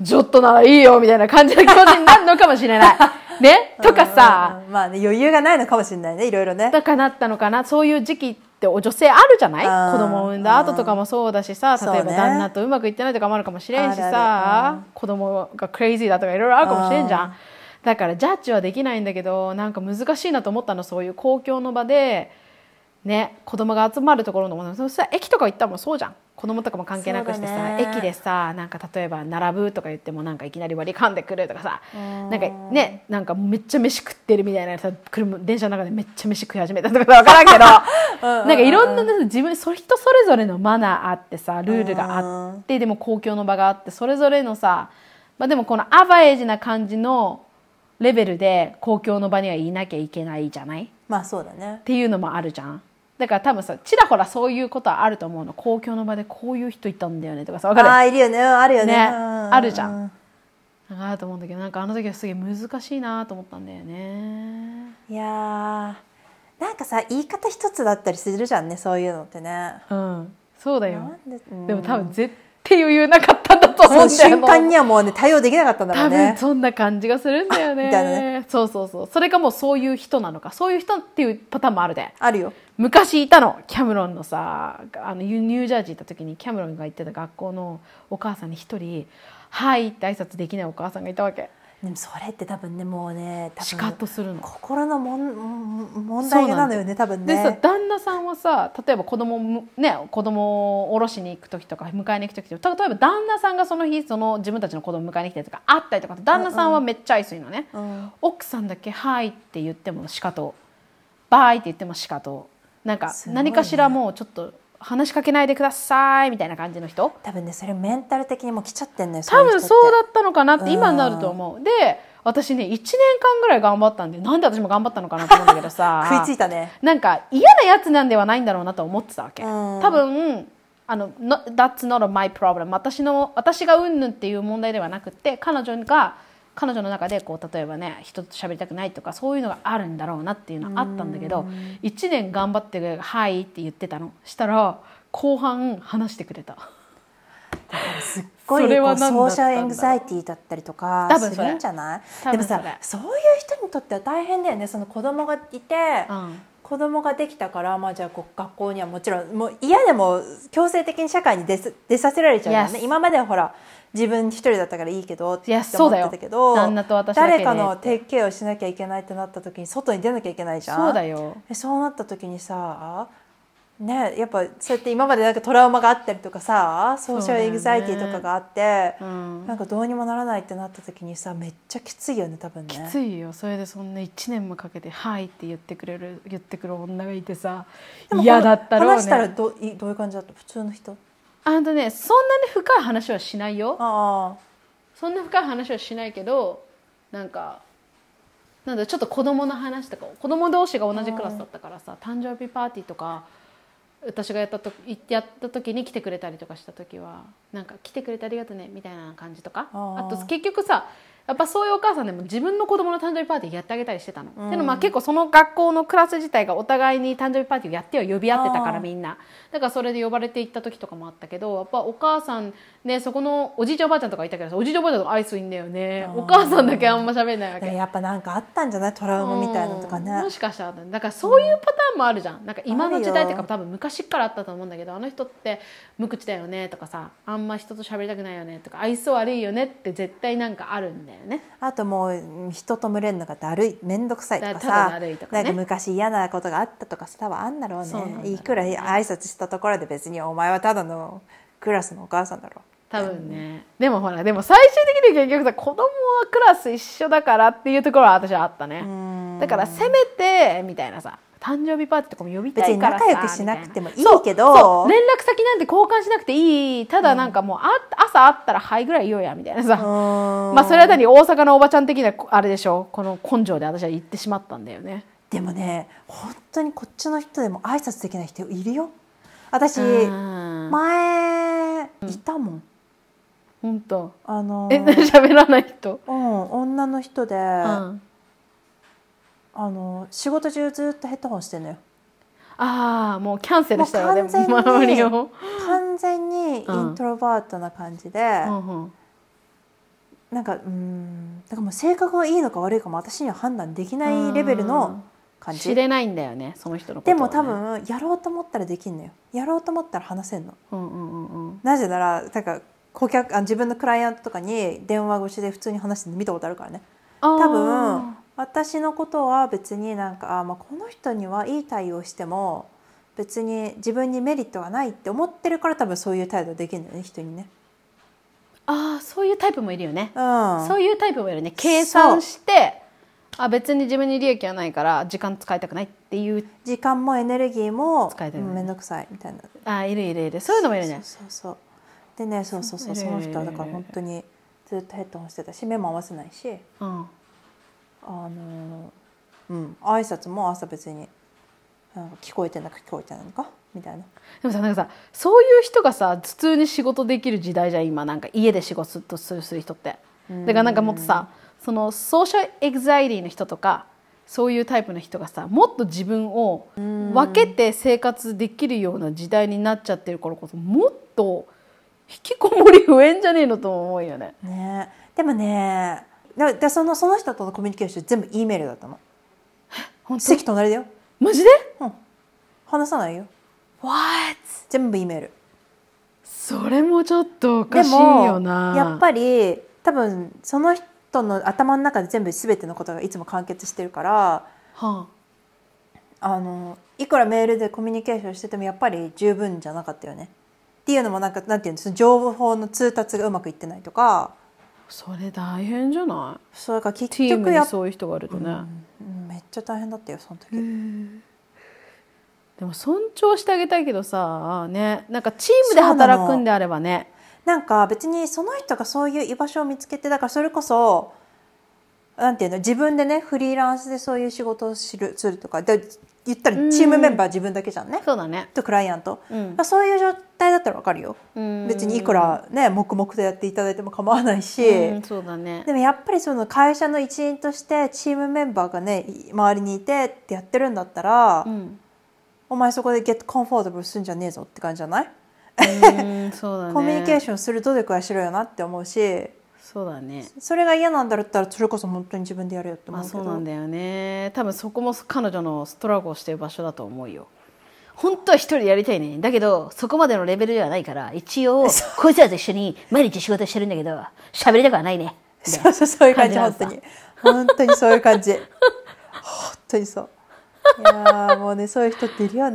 Speaker 2: ちょっとならいいよみたいな感じの気持ちになるのかもしれない
Speaker 1: [LAUGHS]
Speaker 2: ねとかさ、
Speaker 1: うんまあね余裕がないのかもしれないねいろいろね
Speaker 2: だからなったのかなそういう時期って女性あるじゃない
Speaker 1: あー
Speaker 2: 子供を産んだ後とかもそうだしさ
Speaker 1: そう
Speaker 2: 例
Speaker 1: ね
Speaker 2: えば旦那とうまくいってないとかもあるかもしれんしさ
Speaker 1: あ
Speaker 2: 子供がクレイジーだとかいろいろあるかもしれんじゃんだからジャッジはできないんだけどなんか難しいなと思ったのそういう公共の場でね子供が集まるところのものそしたら駅とか行ったらもうそうじゃん子供とかも関係なくして
Speaker 1: そう
Speaker 2: さ、
Speaker 1: だね
Speaker 2: 駅でさなんか例えば並ぶとか言ってもなんかいきなり割り込んでくるとかさ
Speaker 1: うん
Speaker 2: なんかねなんかめっちゃ飯食ってるみたいなさ車電車の中でめっちゃ飯食い始めたとか [LAUGHS] さ分からんけど
Speaker 1: うんうん
Speaker 2: なんかいろんなね自分それ人それぞれのマナーあってさルールがあってでも公共の場があってそれぞれのさ、まあ、でもこのアバエージな感じのレベルで公共の場にはいなきゃいけないじゃない
Speaker 1: まあそうだね
Speaker 2: っていうのもあるじゃんだから多分さちらほらそういうことはあると思うの公共の場でこういう人いたんだよねとかさ分かる
Speaker 1: ああいるよねうんあるよね
Speaker 2: ね
Speaker 1: うん
Speaker 2: あるじゃん
Speaker 1: う
Speaker 2: なんかあると思うんだけどなんかあの時はすげえ難しいなと思ったんだよね
Speaker 1: いやーなんかさ言い方一つだったりするじゃんねそういうのってね
Speaker 2: うんそうだ
Speaker 1: な
Speaker 2: よ
Speaker 1: んでうん
Speaker 2: でも多分絶対余裕なかったんだと
Speaker 1: そ
Speaker 2: 思
Speaker 1: の
Speaker 2: うんだよ
Speaker 1: 瞬間にはもうね対応できなかったんだろ
Speaker 2: 多
Speaker 1: う
Speaker 2: 分
Speaker 1: ね
Speaker 2: そんな感じがするんだよね
Speaker 1: [LAUGHS] みたいな
Speaker 2: そうそうそうそれかもうそういう人なのかそういう人っていうパターンもあるで
Speaker 1: あるよ
Speaker 2: 昔いたのキャムロンのさあのニュニュージャージー行った時にキャムロンが行ってた学校のお母さんに一人「はい」って挨拶できないお母さんがいたわけ
Speaker 1: でもそれって多分ねもうね多分
Speaker 2: シカッとするの。
Speaker 1: 心のもんうん問
Speaker 2: そう
Speaker 1: 題
Speaker 2: な
Speaker 1: なんの
Speaker 2: だ
Speaker 1: よね多分ね
Speaker 2: でさ旦那さんはさ例えば子供むね子供を下ろしに行く時とか迎えに行く時とか例えば旦那さんがその日その自分たちの子供迎えに来てとかあったりとか旦那さんはめっちゃ愛すいのね、
Speaker 1: うん
Speaker 2: 奥さんだけ「はい」って言ってもしかと「バイ」って言ってもしかとなんか
Speaker 1: すごいね
Speaker 2: 何かしらもうちょっと話しかけないでくださいみたいな感じの人
Speaker 1: 多分ねそれメンタル的にもう来ちゃってんのよ
Speaker 2: 多分そうだ
Speaker 1: っ
Speaker 2: ったのかなって
Speaker 1: うん
Speaker 2: 今になると思うで私ね1年間ぐらい頑張ったんでなんで私も頑張ったのかなと思うんだけどさ
Speaker 1: [LAUGHS] 食いついたね
Speaker 2: なんか嫌なやつなんではないんだろうなと思ってたわけ、
Speaker 1: うん
Speaker 2: 多分あのの That's not my problem 私の私がうんぬんっていう問題ではなくて彼女が彼女の中でこう例えばね人と喋りたくないとかそういうのがあるんだろうなっていうのはあったんだけど1年頑張って「はい」って言ってたのしたら後半話してくれた
Speaker 1: すっごい
Speaker 2: それは
Speaker 1: こう
Speaker 2: 何だ
Speaker 1: ソ
Speaker 2: っ
Speaker 1: ー
Speaker 2: たん
Speaker 1: シ
Speaker 2: だ
Speaker 1: ャ
Speaker 2: ろう
Speaker 1: ルエングザイティだったりとか
Speaker 2: 多分
Speaker 1: す
Speaker 2: それ
Speaker 1: るんじゃない
Speaker 2: 多
Speaker 1: で
Speaker 2: 分
Speaker 1: も
Speaker 2: それ
Speaker 1: さそういう人にとっては大変だよねその子供がいて、
Speaker 2: うん
Speaker 1: 子供ができたから、まあ、じゃあこう学校にはもちろんもう嫌でも強制的に社会に出す出させられちゃうからね
Speaker 2: Yes
Speaker 1: 今まではほら自分一人だったからいいけどって思
Speaker 2: Yes
Speaker 1: って
Speaker 2: そうだよ
Speaker 1: たけど
Speaker 2: 旦那と私だけ
Speaker 1: 誰
Speaker 2: で
Speaker 1: かの手ケアをしなきゃいけないってなった時に外に出なきゃいけないじゃん
Speaker 2: そうだよ
Speaker 1: でそうなった時にさねやっぱそうやって今までなんかトラウマがあったりとかさソーシャルエグザイティとかがあって、
Speaker 2: うん
Speaker 1: なんかどうにもならないってなった時にさめっちゃきついよね多分ね。
Speaker 2: きついよそれでそんな1年もかけて「はい」って言ってくれる言ってくる女がいてさ
Speaker 1: でも
Speaker 2: 嫌だったろう
Speaker 1: 話したら
Speaker 2: ね
Speaker 1: どいどういう感じだった普通の人
Speaker 2: あのねそんなに深い話はしないよ
Speaker 1: あ
Speaker 2: そんな深い話はしないけどなんかなんだろうちょっと子供の話とか子供同士が同じクラスだったからさ誕生日パーティーとか私がやったと行ってやった時に来てくれたりとかした時はなんか来てくれてありがとねみたいな感じとか
Speaker 1: あ
Speaker 2: あ
Speaker 1: ー
Speaker 2: と結局さやっぱそういうお母さんでも自分の子供の誕生日パーティーやってあげたりしてたの。っていうのもまあ結構その学校のクラス自体がお互いに誕生日パーティーをやっては呼び合ってたか
Speaker 1: あ
Speaker 2: ら
Speaker 1: ー
Speaker 2: みんなだからそれで呼ばれて行った時とかもあったけどやっぱお母さんねそこのおじいちゃんおばあちゃんとかいたけどさおじいちゃんおばあちゃんとか愛すいんだよね
Speaker 1: あー
Speaker 2: お母さんだけあんま喋んない
Speaker 1: あ
Speaker 2: わ
Speaker 1: でも
Speaker 2: け
Speaker 1: やっぱなんかあったんじゃないトラウマみたいなのとかね
Speaker 2: うんもしかしたらだからそういうパターンもあるじゃんなんか今の時代っていう
Speaker 1: ある
Speaker 2: か
Speaker 1: よ
Speaker 2: 多分昔からあったと思うんだけどあの人って無口だよねとかさあんま人と喋りたくないよねとか愛想悪いよねって絶対なんかあるんだよね
Speaker 1: あともううん人と群れるのがだるい面倒くさいとか
Speaker 2: だただ
Speaker 1: さ
Speaker 2: だるいとかね
Speaker 1: なんか昔嫌なことがあったとかさ多分あんだろうね
Speaker 2: そうなんだろうね
Speaker 1: いくら挨拶したところで別にお前はただのクラスのお母さんだろ
Speaker 2: 多分ね、でもほらでも最終的に結局さ子供はクラス一緒だからっていうところは私はあったね
Speaker 1: ん
Speaker 2: だからせめてみたいなさ誕生日パーティーとかも呼びたいからさ
Speaker 1: 別に仲良くしなくてもいい
Speaker 2: みたな
Speaker 1: けど
Speaker 2: そうそう連絡先なんて交換しなくていいただなんかもうあ朝会ったら「はい」ぐらい言おうやみたいなさ、まあそれは何大阪のおばちゃん的なあれでしょこの根性で私は言ってしまったんだよね
Speaker 1: でもね本当にこっちの人でも挨拶できない人いるよ私
Speaker 2: うん
Speaker 1: 前いたもん
Speaker 2: 本当
Speaker 1: あの
Speaker 2: え [LAUGHS] 喋らない人
Speaker 1: うん女の人で、あ
Speaker 2: あ
Speaker 1: の仕事中ずっとヘッドホンしてんのよ
Speaker 2: あーもうキャンセルしたよ
Speaker 1: もう
Speaker 2: ね
Speaker 1: 完全に
Speaker 2: 周りを、
Speaker 1: 完全にイ
Speaker 2: うん
Speaker 1: ントロバートな感じで、
Speaker 2: うんうん
Speaker 1: なんかうーんだからもう性格がいいのか悪いかも私には判断できないレベルの感
Speaker 2: 知
Speaker 1: じ
Speaker 2: れないんだよねその人のこと
Speaker 1: で
Speaker 2: をね
Speaker 1: も多分やろうと思ったらできんのよやろうと思ったら話せんの
Speaker 2: うんうんうんうん
Speaker 1: なぜならなんか顧客あ自分のクライアントとかに電話越しで普通に話してるの見たことあるからね多分
Speaker 2: あ
Speaker 1: 私のことは別になんかあ、まあ、この人にはいい対応しても別に自分にメリットがないって思ってるから多分そういう態度できるんだよね人にね。
Speaker 2: ああそういうタイプもいるよね、
Speaker 1: うん、
Speaker 2: そういうタイプもいるね計算してあ別に自分に利益はないから時間使いたくないっていう
Speaker 1: 時間もエネルギーも
Speaker 2: 使えたよね
Speaker 1: 面倒くさいみたいな。
Speaker 2: あーいるいるいるそういうのもいるね
Speaker 1: そうそうそうでねそうそうそう
Speaker 2: いる
Speaker 1: そ
Speaker 2: いる
Speaker 1: の人はだから本当にずっとヘッドホンしてたし目も合わせないし
Speaker 2: うん
Speaker 1: あのーうん挨拶も朝別になんか聞こえてんのか聞こえてないのかみたいな
Speaker 2: でもさなんかさそういう人がさ普通に仕事できる時代じゃん今なんか家で仕事とするする人ってだからなんかもっとさそのソーシャルエグザイリーの人とかそういうタイプの人がさもっと自分を分けて生活できるような時代になっちゃってるからこそもっと引きこもり増えんじゃねえのとも思うよね。
Speaker 1: ねでもねだでそのその人とのコミュニケーション全部 E メールだったの
Speaker 2: 本当
Speaker 1: 席隣だよ
Speaker 2: マジで
Speaker 1: 話さないよ
Speaker 2: ?What?
Speaker 1: 全部 E メール
Speaker 2: それもちょっとお
Speaker 1: で
Speaker 2: かしいよ
Speaker 1: も
Speaker 2: な。
Speaker 1: やっぱり多分その人の頭の中で全部全てのことがいつも完結してるから
Speaker 2: は
Speaker 1: あのいくらメールでコミュニケーションしててもやっぱり十分じゃなかったよね。っていうのもなんかなんていうんです情報の通達がうまくいってないとか
Speaker 2: あ、それ大変じゃな
Speaker 1: そうだから
Speaker 2: い
Speaker 1: 結
Speaker 2: チー
Speaker 1: 局
Speaker 2: ムに
Speaker 1: やっぱ
Speaker 2: そういう人がいるとね。
Speaker 1: めっちゃ大変だったよその時。
Speaker 2: でも尊重してあげたいけどさねなんかチームで働くんであればね
Speaker 1: なんか別にその人がそういう居場所を見つけてだからそれこそなんていうの自分でねフリーランスでそういう仕事をするするとかで言ったらチームメンバー自分だけじゃんね、
Speaker 2: そうだね
Speaker 1: とクライアント、
Speaker 2: うん
Speaker 1: まあ、そういう状態だったらわかるよ、別にいくらね黙々とやっていただいても構わないし、
Speaker 2: うんそうだね
Speaker 1: でもやっぱりその会社の一員としてチームメンバーがねい周りにいてってやってるんだったら、
Speaker 2: うん
Speaker 1: お前そこでゲットコンフォータブルすんじゃねえぞって感じじゃない、
Speaker 2: うんそうだね
Speaker 1: コミュニケーションする努力はしろよなって思うし
Speaker 2: そうだね
Speaker 1: それが嫌なんだったらそれこそ本当に自分でやるよって
Speaker 2: ま
Speaker 1: 思
Speaker 2: あ
Speaker 1: うけど、
Speaker 2: そうなんだよね多分そこも彼女のストラゴしてる場所だと思うよ本当は一人でやりたいねだけどそこまでのレベルではないから一
Speaker 1: [LAUGHS]
Speaker 2: 応こいつらと一緒に毎日仕事してるんだけど喋りたくはないね
Speaker 1: そうそうそういう感じ本
Speaker 2: 感じ
Speaker 1: 当
Speaker 2: なん
Speaker 1: に本当にそういう感じ本当にそういやーもうねそういう人っているよね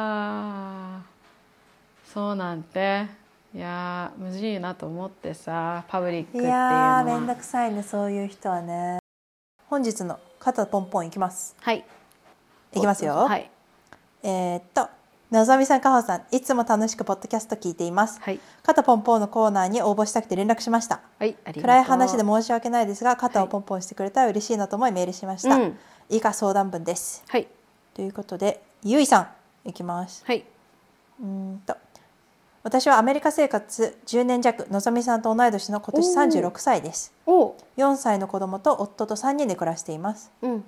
Speaker 2: あーそうなんていやー無事いなと思ってさパブリックって
Speaker 1: い
Speaker 2: いうの
Speaker 1: やーめんど
Speaker 2: は
Speaker 1: くさいねそういう人はね本日の肩ポンポンいきます
Speaker 2: はい
Speaker 1: いきますよ、
Speaker 2: はい
Speaker 1: えーっとのぞみさんかほさんいつも楽しくポッドキャスト聞いています
Speaker 2: はい
Speaker 1: 肩ポンポンのコーナーに応募したくて連絡しました
Speaker 2: はいありがとう
Speaker 1: 暗い話で申し訳ないですが肩をポンポンしてくれたら嬉しいなと思いメールしました、
Speaker 2: うん
Speaker 1: 以下相談文です
Speaker 2: はい
Speaker 1: ということでゆいさんいきます
Speaker 2: はい
Speaker 1: ー
Speaker 2: う
Speaker 1: んと私はアメリカ生活10年弱のぞみさんと同い年の今年36歳です
Speaker 2: お
Speaker 1: 4歳の子供と夫と3人で暮らしています
Speaker 2: うん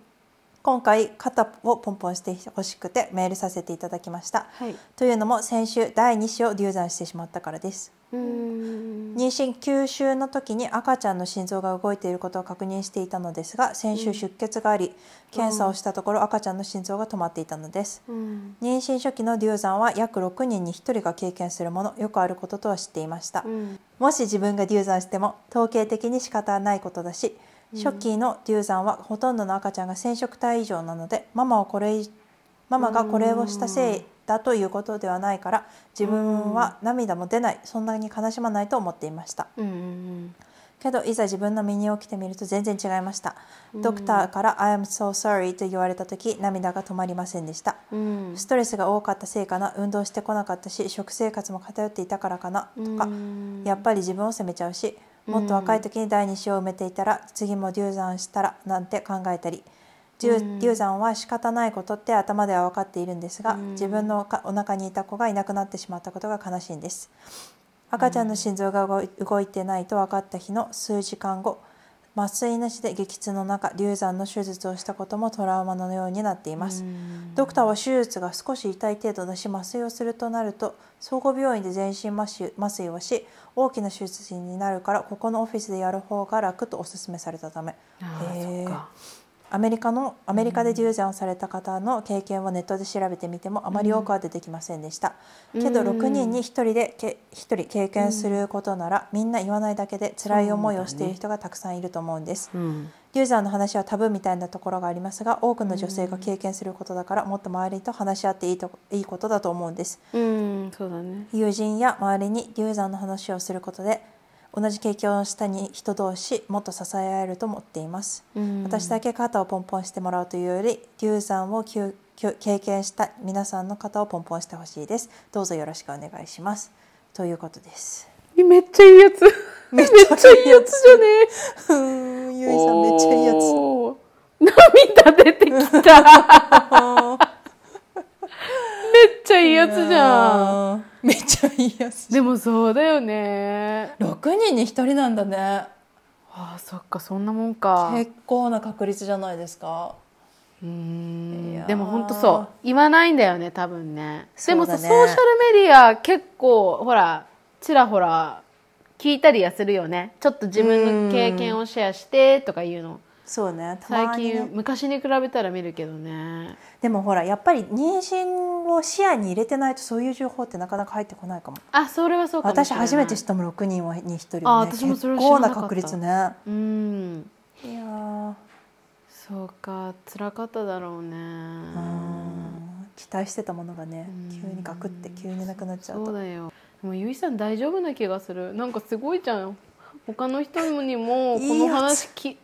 Speaker 1: 今回肩をポンポンしてほしくてメールさせていただきました
Speaker 2: はい
Speaker 1: というのも先週第2子を流産してしまったからです
Speaker 2: うん
Speaker 1: 妊娠9週の時に赤ちゃんの心臓が動いていることを確認していたのですが先週出血があり検査をしたところ赤ちゃんの心臓が止まっていたのです
Speaker 2: うん
Speaker 1: 妊娠初期の流産は約6人に1人が経験するものよくあることとは知っていました
Speaker 2: うん
Speaker 1: もし自分が流産しても統計的に仕方ないことだし初期の流産はほとんどの赤ちゃんが染色体以上なのでママをこれ以ママがこれをしたせいだということではないから自分は涙も出ないそんなに悲しまないと思っていました
Speaker 2: うん
Speaker 1: けどいざ自分の身に起きてみると全然違いましたドクターから「I am so sorry」と言われた時涙が止まりませんでした
Speaker 2: うん
Speaker 1: ストレスが多かったせいかな運動してこなかったし食生活も偏っていたからかなとか
Speaker 2: うん
Speaker 1: やっぱり自分を責めちゃうしもっと若い時に第二子を埋めていたら次も流産したらなんて考えたり流流産は仕方ないことって頭では分かっているんですが自分のおかお腹にいた子がいなくなってしまったことが悲しいんです赤ちゃんの心臓が動い動いてないと分かった日の数時間後麻酔なしで激痛の中流産の手術をしたこともトラウマのようになっていますドクターは手術が少し痛い程度だし麻酔をするとなると総合病院で全身麻酔麻酔をし大きな手術になるからここのオフィスでやる方が楽とお勧めされたため
Speaker 2: あー
Speaker 1: へー
Speaker 2: そっか
Speaker 1: アメリカのアメリカで流産をされた方の経験をネットで調べてみてもあまり多くは出てきませんでした、けど6人に1人でけ1人経験することならみんな言わないだけで辛い思いをしている人がたくさんいると思うんです、
Speaker 2: うん
Speaker 1: 流産の話はタブーみたいなところがありますが多くの女性が経験することだからもっと周りと話し合っていいといいことだと思うんです
Speaker 2: うんそうだね
Speaker 1: 友人や周りに流産の話をすることで同じ経験をしたに人同士もっと支え合えると思っています
Speaker 2: うん
Speaker 1: 私だけ肩をポンポンしてもらうというより流産をきゅきゅ経験した皆さんの肩をポンポンしてほしいですどうぞよろしくお願いしますということです
Speaker 2: えめっちゃいいやつ
Speaker 1: めっ
Speaker 2: めっちゃいいやつじゃね
Speaker 1: うーんゆいさんめっちゃいいやつ
Speaker 2: おー涙出てきた
Speaker 1: [LAUGHS]
Speaker 2: めっちゃいいやつじゃん
Speaker 1: ん [LAUGHS] めっちゃいいやつ
Speaker 2: でもそうだよね
Speaker 1: 6人に1人なんだね
Speaker 2: あーそっかそんなもんか
Speaker 1: 結構な確率じゃないですか
Speaker 2: うー
Speaker 1: いや
Speaker 2: ん
Speaker 1: ー
Speaker 2: でも本当そう言わないんだよね多分ねでもさ
Speaker 1: そうだね
Speaker 2: ソーシャルメディア結構ほらちらほら聞いたりはするよねちょっと自分の経験をシェアしてとかいうの
Speaker 1: そうねたま
Speaker 2: 最
Speaker 1: にね
Speaker 2: 近昔に比べたら見るけどね
Speaker 1: でもほらやっぱり妊娠を視野に入れてないとそういう情報ってなかなか入ってこないかも
Speaker 2: あそれはそうかもしれない
Speaker 1: 私初めて知ったもん6人はに1人はね
Speaker 2: あ私もそれは
Speaker 1: 結
Speaker 2: 知ら
Speaker 1: 構
Speaker 2: な
Speaker 1: な
Speaker 2: かった
Speaker 1: 確率ねいや
Speaker 2: うん
Speaker 1: ー
Speaker 2: そうか辛かっただろうね
Speaker 1: うん期待してたものがね急にガクって急になくなっちゃう
Speaker 2: そう
Speaker 1: と
Speaker 2: だよでもゆいさん大丈夫な気がするなんかすごいじゃん他の人
Speaker 1: [LAUGHS]
Speaker 2: にもこ
Speaker 1: いいやつ
Speaker 2: の話き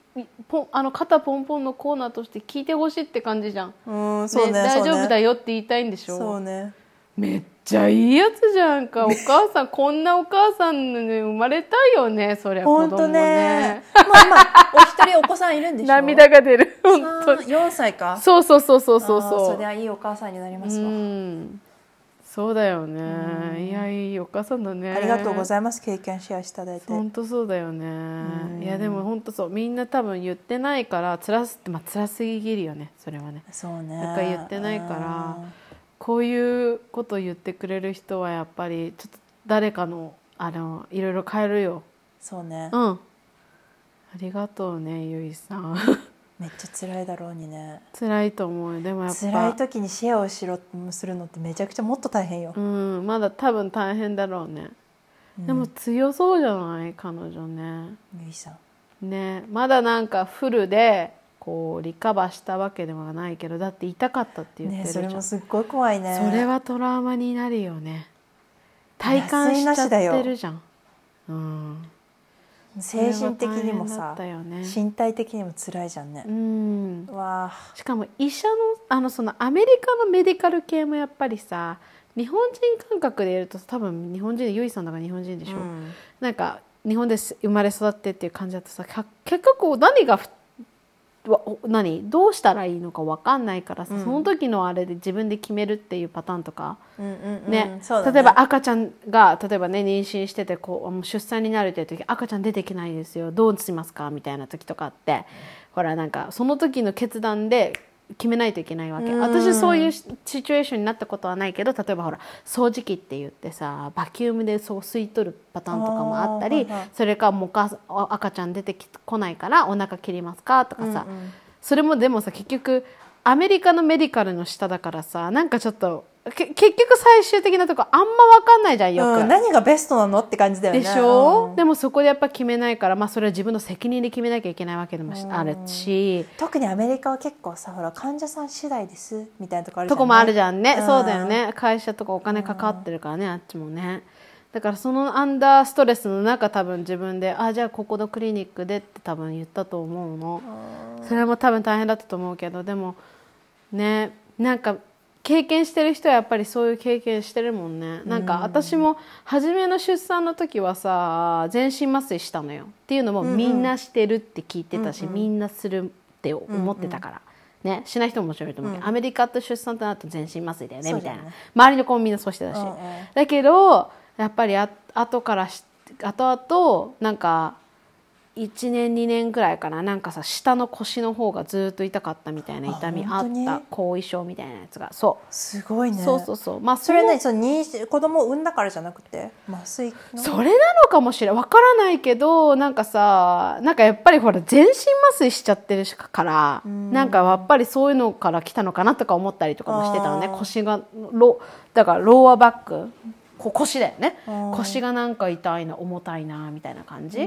Speaker 2: ポンあの肩ポンポンのコーナーとして聞いてほしいって感じじゃん、
Speaker 1: うんそうね
Speaker 2: ね大丈夫だ
Speaker 1: よ
Speaker 2: よって言いたいんでしょ
Speaker 1: そうね
Speaker 2: めっちゃいいやつじゃんかお母
Speaker 1: [LAUGHS]
Speaker 2: さんこんなお母さんに生まれたいよねそりゃ子
Speaker 1: 本当
Speaker 2: 供
Speaker 1: ね
Speaker 2: ね。
Speaker 1: まあまあ、お一人お子さんいるんでしょ。
Speaker 2: 涙が出る本当に
Speaker 1: 四歳か。
Speaker 2: そうそうそうそうそ
Speaker 1: あ
Speaker 2: う
Speaker 1: ーそりゃいいお母さんになりますわ。
Speaker 2: うんそうだよねいやいいお母さんだね
Speaker 1: ありがとうございます。経験シェアしていただいて。
Speaker 2: 本当そうだよ
Speaker 1: ん
Speaker 2: ねいやでも本当そうみんな多分言ってないからつらすまあ辛すぎるよねそれはね
Speaker 1: そうね。
Speaker 2: なんか言ってないからこういうこと言ってくれる人はやっぱりちょっと誰かのあのいろいろ変えるよ
Speaker 1: そうね
Speaker 2: う。んありがとうねゆいさん [LAUGHS]
Speaker 1: めっちゃ辛いだろうにね。
Speaker 2: 辛いと思うよでもやっぱ
Speaker 1: 辛い時にシェアをしろするのってめちゃくちゃもっと大変よ
Speaker 2: う。んまだ多分大変だろうねでも強そうじゃない彼女ね
Speaker 1: ゆいさん。
Speaker 2: ねまだなんかフルでこうリカバーしたわけではないけどだって痛かったって言って
Speaker 1: ね、
Speaker 2: るじ
Speaker 1: そ
Speaker 2: ゃん、
Speaker 1: れもすっごい怖いね。
Speaker 2: それはトラウマになるよね体感しちゃってるじゃん、うん、
Speaker 1: 精神的にもさ
Speaker 2: そ、れは大変だったよね
Speaker 1: 身体的にも辛いじゃんね
Speaker 2: う。ん
Speaker 1: わあ。
Speaker 2: しかも医者のあのそのアメリカのメディカル系もやっぱりさ日本人感覚で言うと多分日本人でユイさんだから日本人でしょ、
Speaker 1: うん
Speaker 2: なんか日本です生まれ育ってっていう感じだとさか結局こう何がふわお何どうしたらいいのか分かんないからさ、
Speaker 1: うん
Speaker 2: その時のあれで自分で決めるっていうパターンとか、
Speaker 1: うんうんうん
Speaker 2: ね
Speaker 1: そうだね
Speaker 2: 例えば赤ちゃんが例えばね妊娠しててこうもう出産になるっていう時赤ちゃん出てきないですよどうしますかみたいな時とかあってほらなんかその時の決断で決めないといけないわけ、
Speaker 1: うん
Speaker 2: 私そういうシシチュエーションになったことはないけど例えばほら掃除機って言ってさバキュームでそう吸い取るパターンとかもあったり、
Speaker 1: あーはいはい
Speaker 2: それかもうお母さんあ赤ちゃん出てこないからお腹切りますかとかさ、
Speaker 1: うんうん
Speaker 2: それもでもさ結局アメリカのメディカルの下だからさなんかちょっとけ結局最終的なとこあんま分かんないじゃんよく。
Speaker 1: うん、何がベストなのって感じだよね
Speaker 2: でしょ、
Speaker 1: うん
Speaker 2: でもそこでやっぱ決めないから、まあ、それは自分の責任で決めなきゃいけないわけでもしあるし、
Speaker 1: 特にアメリカは結構さほら患者さん次第ですみたいなとこある
Speaker 2: とこもあるじ
Speaker 1: ゃん
Speaker 2: ゃんね、
Speaker 1: うん
Speaker 2: そうだよね会社とかお金かかってるからね、あっちもねだからそのアンダーストレスの中多分自分であじゃあここのクリニックでって多分言ったと思うの、それも多分大変だったと思うけどでもねなんか経験してる人はやっぱりそういう経験してるもんねなんか私も初めの出産の時はさ全身麻酔したのよっていうのもみんなしてるって聞いてたし、みんなするって思ってたから、ね、しない人ももちろんいると思うけど、アメリカと出産となると全身麻酔だよね
Speaker 1: そう
Speaker 2: み
Speaker 1: だ
Speaker 2: た
Speaker 1: よ
Speaker 2: い
Speaker 1: ね
Speaker 2: な、周りの子もみんなそうしてたし、
Speaker 1: うんうん
Speaker 2: だけどやっぱりあ後からし後々なんか1年2年ぐらいかななんかさ下の腰の方がずっと痛かったみたいな痛み
Speaker 1: あ
Speaker 2: あ
Speaker 1: 本当に
Speaker 2: った後遺症みたいなやつがそう、
Speaker 1: すごいね
Speaker 2: そうそうそうまあ
Speaker 1: それは何その妊娠子供を産んだからじゃなくて麻酔の
Speaker 2: それなのかもしれないわからないけどなんかさなんかやっぱりほら全身麻酔しちゃってるからなんかやっぱりそういうのから来たのかなとか思ったりとかもしてたのね
Speaker 1: あー
Speaker 2: 腰がロだからローアバックこ腰だよね
Speaker 1: あー
Speaker 2: 腰がなんか痛いな重たいなみたいな感じが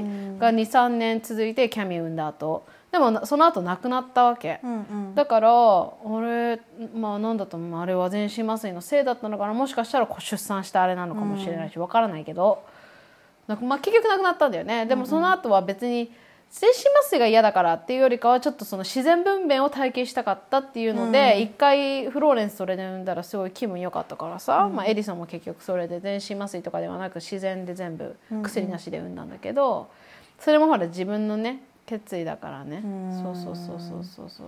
Speaker 2: 23年続いてキャミ産んだ後でもなその後亡くなったわけ、
Speaker 1: うんうん
Speaker 2: だからあれまあ何だと思うあれは全身麻酔のせいだったのかなもしかしたらこう出産したあれなのかもしれないしわからないけど、なんかまあ、結局亡くなったんだよねでもその後は別に全身麻酔が嫌だからっていうよりかはちょっとその自然分娩を体験したかったっていうので一、回フローレンスそれで産んだらすごい気分良かったからさ、まあ、エリさんも結局それで全身麻酔とかではなく自然で全部薬なしで産んだんだけど、それもほら自分のね決意だからね
Speaker 1: ん
Speaker 2: そうそうそうそうそうそう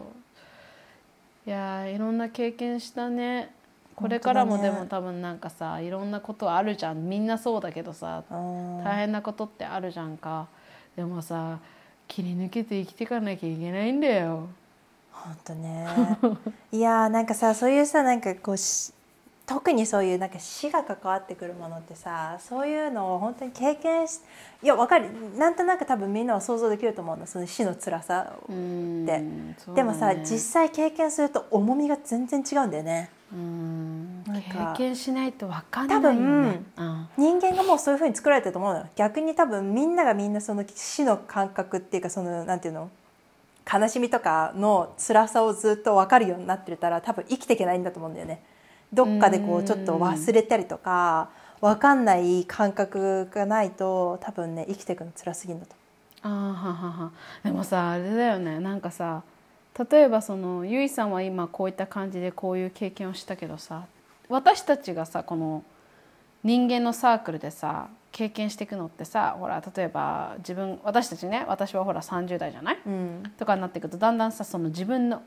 Speaker 2: いやーいろんな経験したねこれからも
Speaker 1: 本当
Speaker 2: で
Speaker 1: だね
Speaker 2: も多分なんかさいろんなことあるじゃんみんなそうだけどさ
Speaker 1: あー
Speaker 2: 大変なことってあるじゃんかでもさ切り抜けて生きていかなきゃいけないんだよ
Speaker 1: ほんとね [LAUGHS] いやーなんかさそういうさなんかこうし特にそういうなんか死が関わってくるものってさそういうのを本当に経験しいやわかるなんとなく多分みんなは想像できると思うのその死の辛さを、
Speaker 2: うん
Speaker 1: で
Speaker 2: そう
Speaker 1: で
Speaker 2: だね
Speaker 1: もさ実際経験すると重みが全然違うんだよね
Speaker 2: うん
Speaker 1: なんか
Speaker 2: 経験しないと分かんないよねうん
Speaker 1: 人間がもうそういうふうに作られてると思うのよ逆に多分みんながみんなその死の感覚っていうかそのなんていうの悲しみとかの辛さをずっと分かるようになってたら多分生きていけないんだと思うんだよねどっかでこ
Speaker 2: う
Speaker 1: うんちょっと忘れたりとか分かんない感覚がないと多分ね生きていくの辛すぎるんだと
Speaker 2: あーはははでもさあれだよねなんかさ例えばそのゆいさんは今こういった感じでこういう経験をしたけどさ私たちがさこの人間のサークルでさ経験していくのってさほら例えば自分私たちね私はほら30代じゃない、
Speaker 1: うん
Speaker 2: とかになっていくとだんだんさその自分の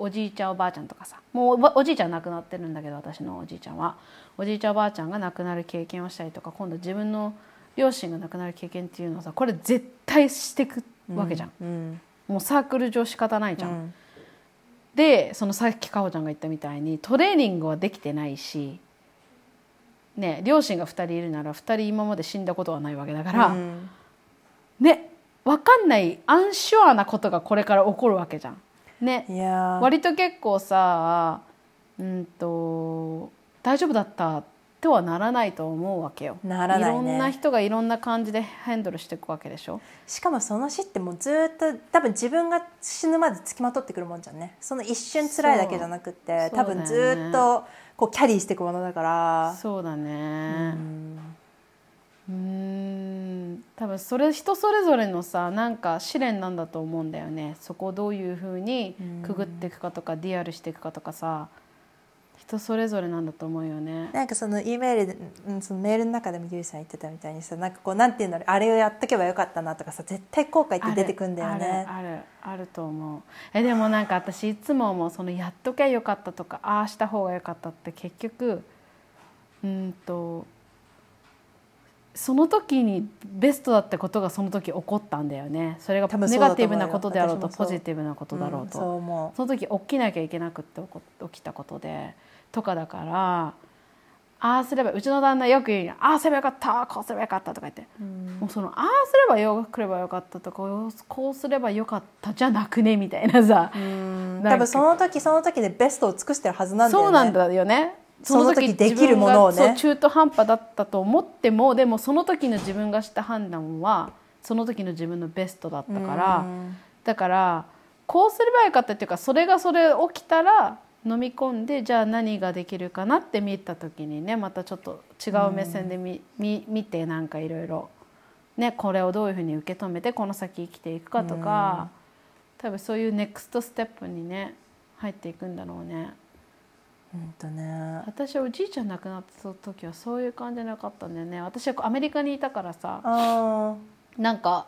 Speaker 2: おじいちゃんおばあちゃんとかさもうおばおじいちゃん亡くなってるんだけど私のおじいちゃんはおじいちゃんおばあちゃんが亡くなる経験をしたりとか今度自分の両親が亡くなる経験っていうのはさこれ絶対してくわけじゃん、
Speaker 1: うん
Speaker 2: もうサークル上仕方ないじ
Speaker 1: う
Speaker 2: ゃん、
Speaker 1: ん
Speaker 2: でそのさっきかほちゃんが言ったみたいにトレーニングはできてないし、ね、両親が2人いるなら2人今まで死んだことはないわけだから、
Speaker 1: うん
Speaker 2: ね分かんないアンシュアなことがこれから起こるわけじゃん。ね、
Speaker 1: いやー
Speaker 2: 割と結構さうんと大丈夫だったとはならないと思うわけよ
Speaker 1: ならないね
Speaker 2: ろんな人がいろんな感じでハンドルしていくわけでしょ
Speaker 1: しかもその死ってもうずっと多分自分が死ぬまでつきまとってくるもんじゃんねその一瞬辛いだけじゃなくって、
Speaker 2: そう
Speaker 1: 多分ずっとこうキャリーしていくものだから
Speaker 2: そうだ
Speaker 1: う
Speaker 2: ね
Speaker 1: ん
Speaker 2: うーん多分それ人それぞれのさなんか試練なんだと思うんだよねそこをどういうふうにくぐっていくかとかディアルしていくかとかさ人それぞれなんだと思うよね
Speaker 1: なんかその E メールで、うん、そのメールの中でもゆいさん言ってたみたいにさなんかこうなんていうんだろうあれをやっとけばよかったなとかさ絶対後悔って出てくんだよね
Speaker 2: あるあるあると思うえでもなんか私いつももうそのやっときゃよかったとかああした方がよかったって結局うーんとその時にベストだってことがその時起こったんだよねそれが
Speaker 1: 多分そ
Speaker 2: ネ
Speaker 1: うだと思うよ
Speaker 2: ガティブなことであろうと
Speaker 1: 私もそう
Speaker 2: ポジティブなことだろうと、
Speaker 1: んそう思
Speaker 2: その時起きなきゃいけなくって起こ起きたことでとかだからああすればうちの旦那よく言うにああすればよかったこうすればよかったとか言って、もうそのああすればよくればよかったとかこうすればよかったじゃなくねみたいなさ、
Speaker 1: ううん
Speaker 2: なんか
Speaker 1: 多分その時その時でベストを尽くしてるはずなんだよね
Speaker 2: そうなんだよね
Speaker 1: その時できるものをね
Speaker 2: 自分がそう中途半端だったと思ってもでもその時の自分がした判断はその時の自分のベストだったから、
Speaker 1: うん
Speaker 2: だからこうすればよかったっていうかそれがそれ起きたら飲み込んでじゃあ何ができるかなって見た時にねまたちょっと違う目線で見,み、見てなんかいろいろねこれをどういうふうに受け止めてこの先生きていくかとか、多分そういうネクストステップにね入っていくんだろうね
Speaker 1: ほんとね
Speaker 2: 私はおじいちゃん亡くなった時はそういう感じなかったんだよね私はこうアメリカにいたからさ
Speaker 1: あ
Speaker 2: なんか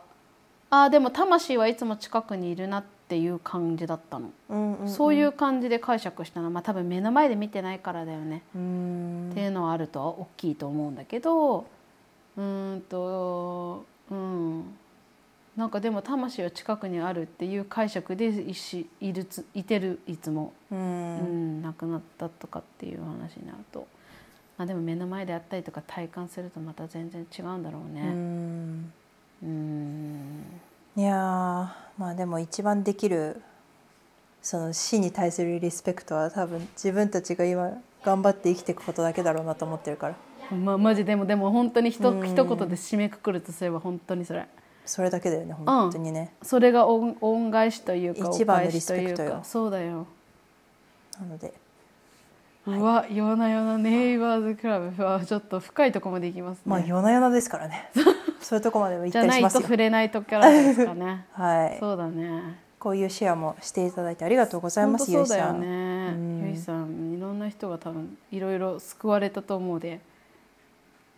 Speaker 2: ああでも魂はいつも近くにいるなっていう感じだったの。
Speaker 1: ーうんうん
Speaker 2: そういう感じで解釈したのは、まあ、多分目の前で見てないからだよね、
Speaker 1: うん
Speaker 2: っていうのはあるとは大きいと思うんだけどうーんとうんなんかでも魂は近くにあるっていう解釈でいしいるついてるいつも、
Speaker 1: う
Speaker 2: うんん、亡くなったとかっていう話になると、まあ、でも目の前であったりとか体感するとまた全然違うんだろう
Speaker 1: う
Speaker 2: ね。
Speaker 1: ん
Speaker 2: うん
Speaker 1: いやーまあでも一番できるその死に対するリスペクトは多分自分たちが今頑張って生きていくことだけだろうなと思ってるから
Speaker 2: まあ、マジでもでも本当にひと、一言で締めくくるとすれば本当にそれ
Speaker 1: それだけだよね本当にね、
Speaker 2: それが恩恩返しというか
Speaker 1: 一番の
Speaker 2: お返しというか
Speaker 1: リスペクトよ
Speaker 2: そうだよ
Speaker 1: なので
Speaker 2: うわ、夜な夜なネイバーズクラブはちょっと深いとこまで行きますね、
Speaker 1: まあ夜な夜なですからね [LAUGHS] そういうとこまでも行っ
Speaker 2: じ
Speaker 1: た
Speaker 2: ゃ
Speaker 1: り
Speaker 2: な
Speaker 1: し
Speaker 2: い
Speaker 1: ま
Speaker 2: と
Speaker 1: すよ
Speaker 2: 触れないとこからです
Speaker 1: [LAUGHS]
Speaker 2: かね
Speaker 1: はい
Speaker 2: そうだね
Speaker 1: こういうシェアもしていただいてありがとうござい
Speaker 2: 本
Speaker 1: ま
Speaker 2: 当
Speaker 1: す
Speaker 2: そうだ
Speaker 1: ゆい
Speaker 2: よ
Speaker 1: さん
Speaker 2: ね
Speaker 1: うん
Speaker 2: ゆいさんいろんな人が多分いろいろ救われたと思うで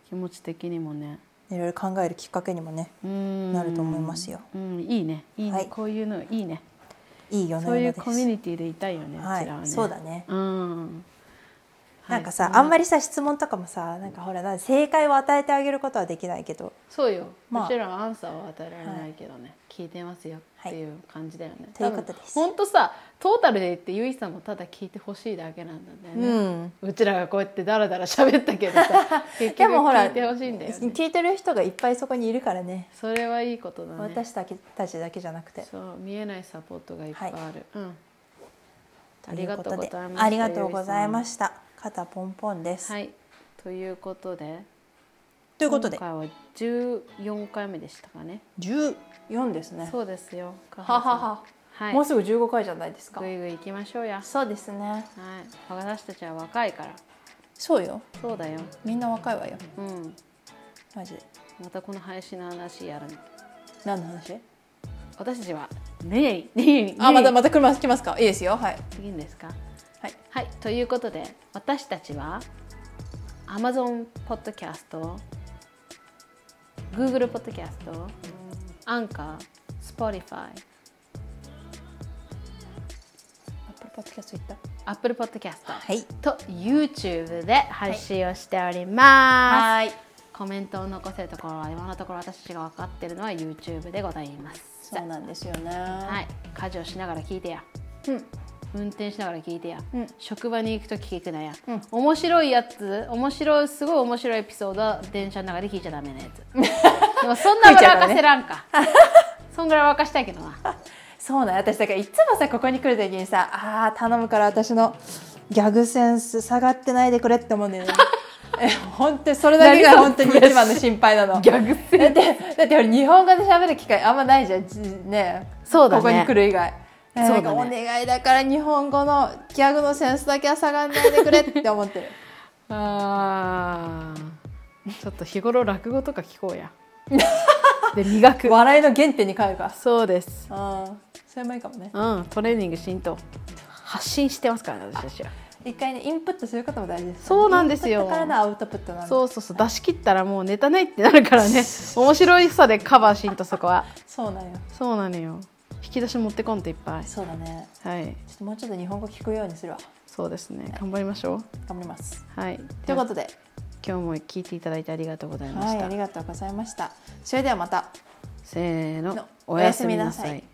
Speaker 2: 気持ち的にもね
Speaker 1: いろいろ考えるきっかけにもね
Speaker 2: うん
Speaker 1: なると思いますよ
Speaker 2: うんいいねいいね、
Speaker 1: はい
Speaker 2: こういうのいいね
Speaker 1: いい夜な
Speaker 2: そうい
Speaker 1: 夜なで
Speaker 2: う
Speaker 1: す
Speaker 2: コミュニティでいたいよね、
Speaker 1: は
Speaker 2: うちらはね
Speaker 1: い、そうだね
Speaker 2: うん
Speaker 1: なんかさ、
Speaker 2: はい
Speaker 1: あんまりさ質問とかもさなんかほらなんか正解を与えてあげることはできないけど
Speaker 2: そうよ、
Speaker 1: まあ
Speaker 2: うちらはアンサーは与えられないけどね、聞いてますよっていう感じだよね、
Speaker 1: ということです
Speaker 2: 本当さトータルで言ってゆいさんもただ聞いてほしいだけなんだよね、
Speaker 1: うん
Speaker 2: うちらがこうやってダラダラ喋ったけど
Speaker 1: [LAUGHS]
Speaker 2: さ結
Speaker 1: で
Speaker 2: 局
Speaker 1: もほら
Speaker 2: 聞いてほしいんだよね
Speaker 1: 聞いてる人がいっぱいそこにいるからね
Speaker 2: それはいいことだね
Speaker 1: 私たちだけじゃなくて
Speaker 2: そう見えないサポートがいっぱいある、うんあ
Speaker 1: とい
Speaker 2: りが
Speaker 1: うこと
Speaker 2: う
Speaker 1: と
Speaker 2: ご
Speaker 1: で
Speaker 2: ざいます
Speaker 1: ありがとうございました肩ポンポンです、
Speaker 2: はいということで
Speaker 1: ということで
Speaker 2: 今回は14回目でしたかね
Speaker 1: 14ですね
Speaker 2: そうですよ
Speaker 1: ははは、
Speaker 2: はい
Speaker 1: もうすぐ15回じゃないですか
Speaker 2: ぐいぐい行きましょうや
Speaker 1: そうですね
Speaker 2: はい、私たちは若いから
Speaker 1: そうよ
Speaker 2: そうだよ
Speaker 1: みんな若いわよ
Speaker 2: うん
Speaker 1: マジで
Speaker 2: またこの配信の話やるの
Speaker 1: 何の話
Speaker 2: 私たちはねえねえねえ
Speaker 1: あまたまた車来ますかいいですよはい
Speaker 2: 次んですか
Speaker 1: はい
Speaker 2: はいということで私たちは Amazon ポッドキャスト Google ポッドキャストアンカー Spotify
Speaker 1: アップルポッドキャスト行った
Speaker 2: Apple ポッドキャスト
Speaker 1: はい
Speaker 2: と YouTube で配信をしております、
Speaker 1: い
Speaker 2: コメントを残せるところは今のところ私たちが分かってるのは YouTube でございます
Speaker 1: そうなんですよね
Speaker 2: は、
Speaker 1: はい
Speaker 2: 家事をしながら聞いてや、
Speaker 1: うん
Speaker 2: 運転しながら聞いてや、
Speaker 1: うん
Speaker 2: 職場に行くと聞くなや、
Speaker 1: うん
Speaker 2: 面白いやつ面白いすごい面白いエピソードは電車の中で聞いちゃダメなや
Speaker 1: [LAUGHS]
Speaker 2: つでもそんなぐらい沸かせらんか、そんぐらい沸かしたいけどな
Speaker 1: そうなん私だからいつもさここに来る時にさあー頼むから私のギャグセンス下がってないでくれって思うんだ
Speaker 2: [LAUGHS]
Speaker 1: よねえ本当にそれだけが本当に一番の心配なの
Speaker 2: ギャグ
Speaker 1: だ
Speaker 2: 性
Speaker 1: ってだって俺日本語で喋る機会あんまないじゃんじね
Speaker 2: そうだね
Speaker 1: ここに来る以外
Speaker 2: うだね
Speaker 1: なんかお願いだから日本語のギャグのセンスだけは下がんないでくれって思ってる
Speaker 2: あーちょっと日頃落語とか聞こ
Speaker 1: [LAUGHS]
Speaker 2: うやで磨 [LAUGHS] く
Speaker 1: 笑いの原点に変えるか
Speaker 2: そうです
Speaker 1: ああそれもいいかもね
Speaker 2: うんトレーニングしんと発信してますからね私たちは
Speaker 1: 一回ねインプットすることも大事です
Speaker 2: そうなんですよ
Speaker 1: インプットからのアウトプットなんで
Speaker 2: そうそうそう出し切ったらもうネタないってなるから [LAUGHS] ね面白いさでカバーしんとそこは
Speaker 1: そうなんよ
Speaker 2: そうなのよ引き出し持ってこんといっぱい
Speaker 1: そうだね
Speaker 2: はい
Speaker 1: ちょっともうちょっと日本語聞くようにするわ
Speaker 2: そうですね頑張りましょ
Speaker 1: 頑張ります
Speaker 2: うはい
Speaker 1: ということで、
Speaker 2: では今日も聞いていただいてありがとうございま
Speaker 1: は
Speaker 2: し
Speaker 1: い、
Speaker 2: た、
Speaker 1: ありがとうございましたそれではまた
Speaker 2: せーの
Speaker 1: の
Speaker 2: おやすみなさ
Speaker 1: おやすみなさ
Speaker 2: い
Speaker 1: い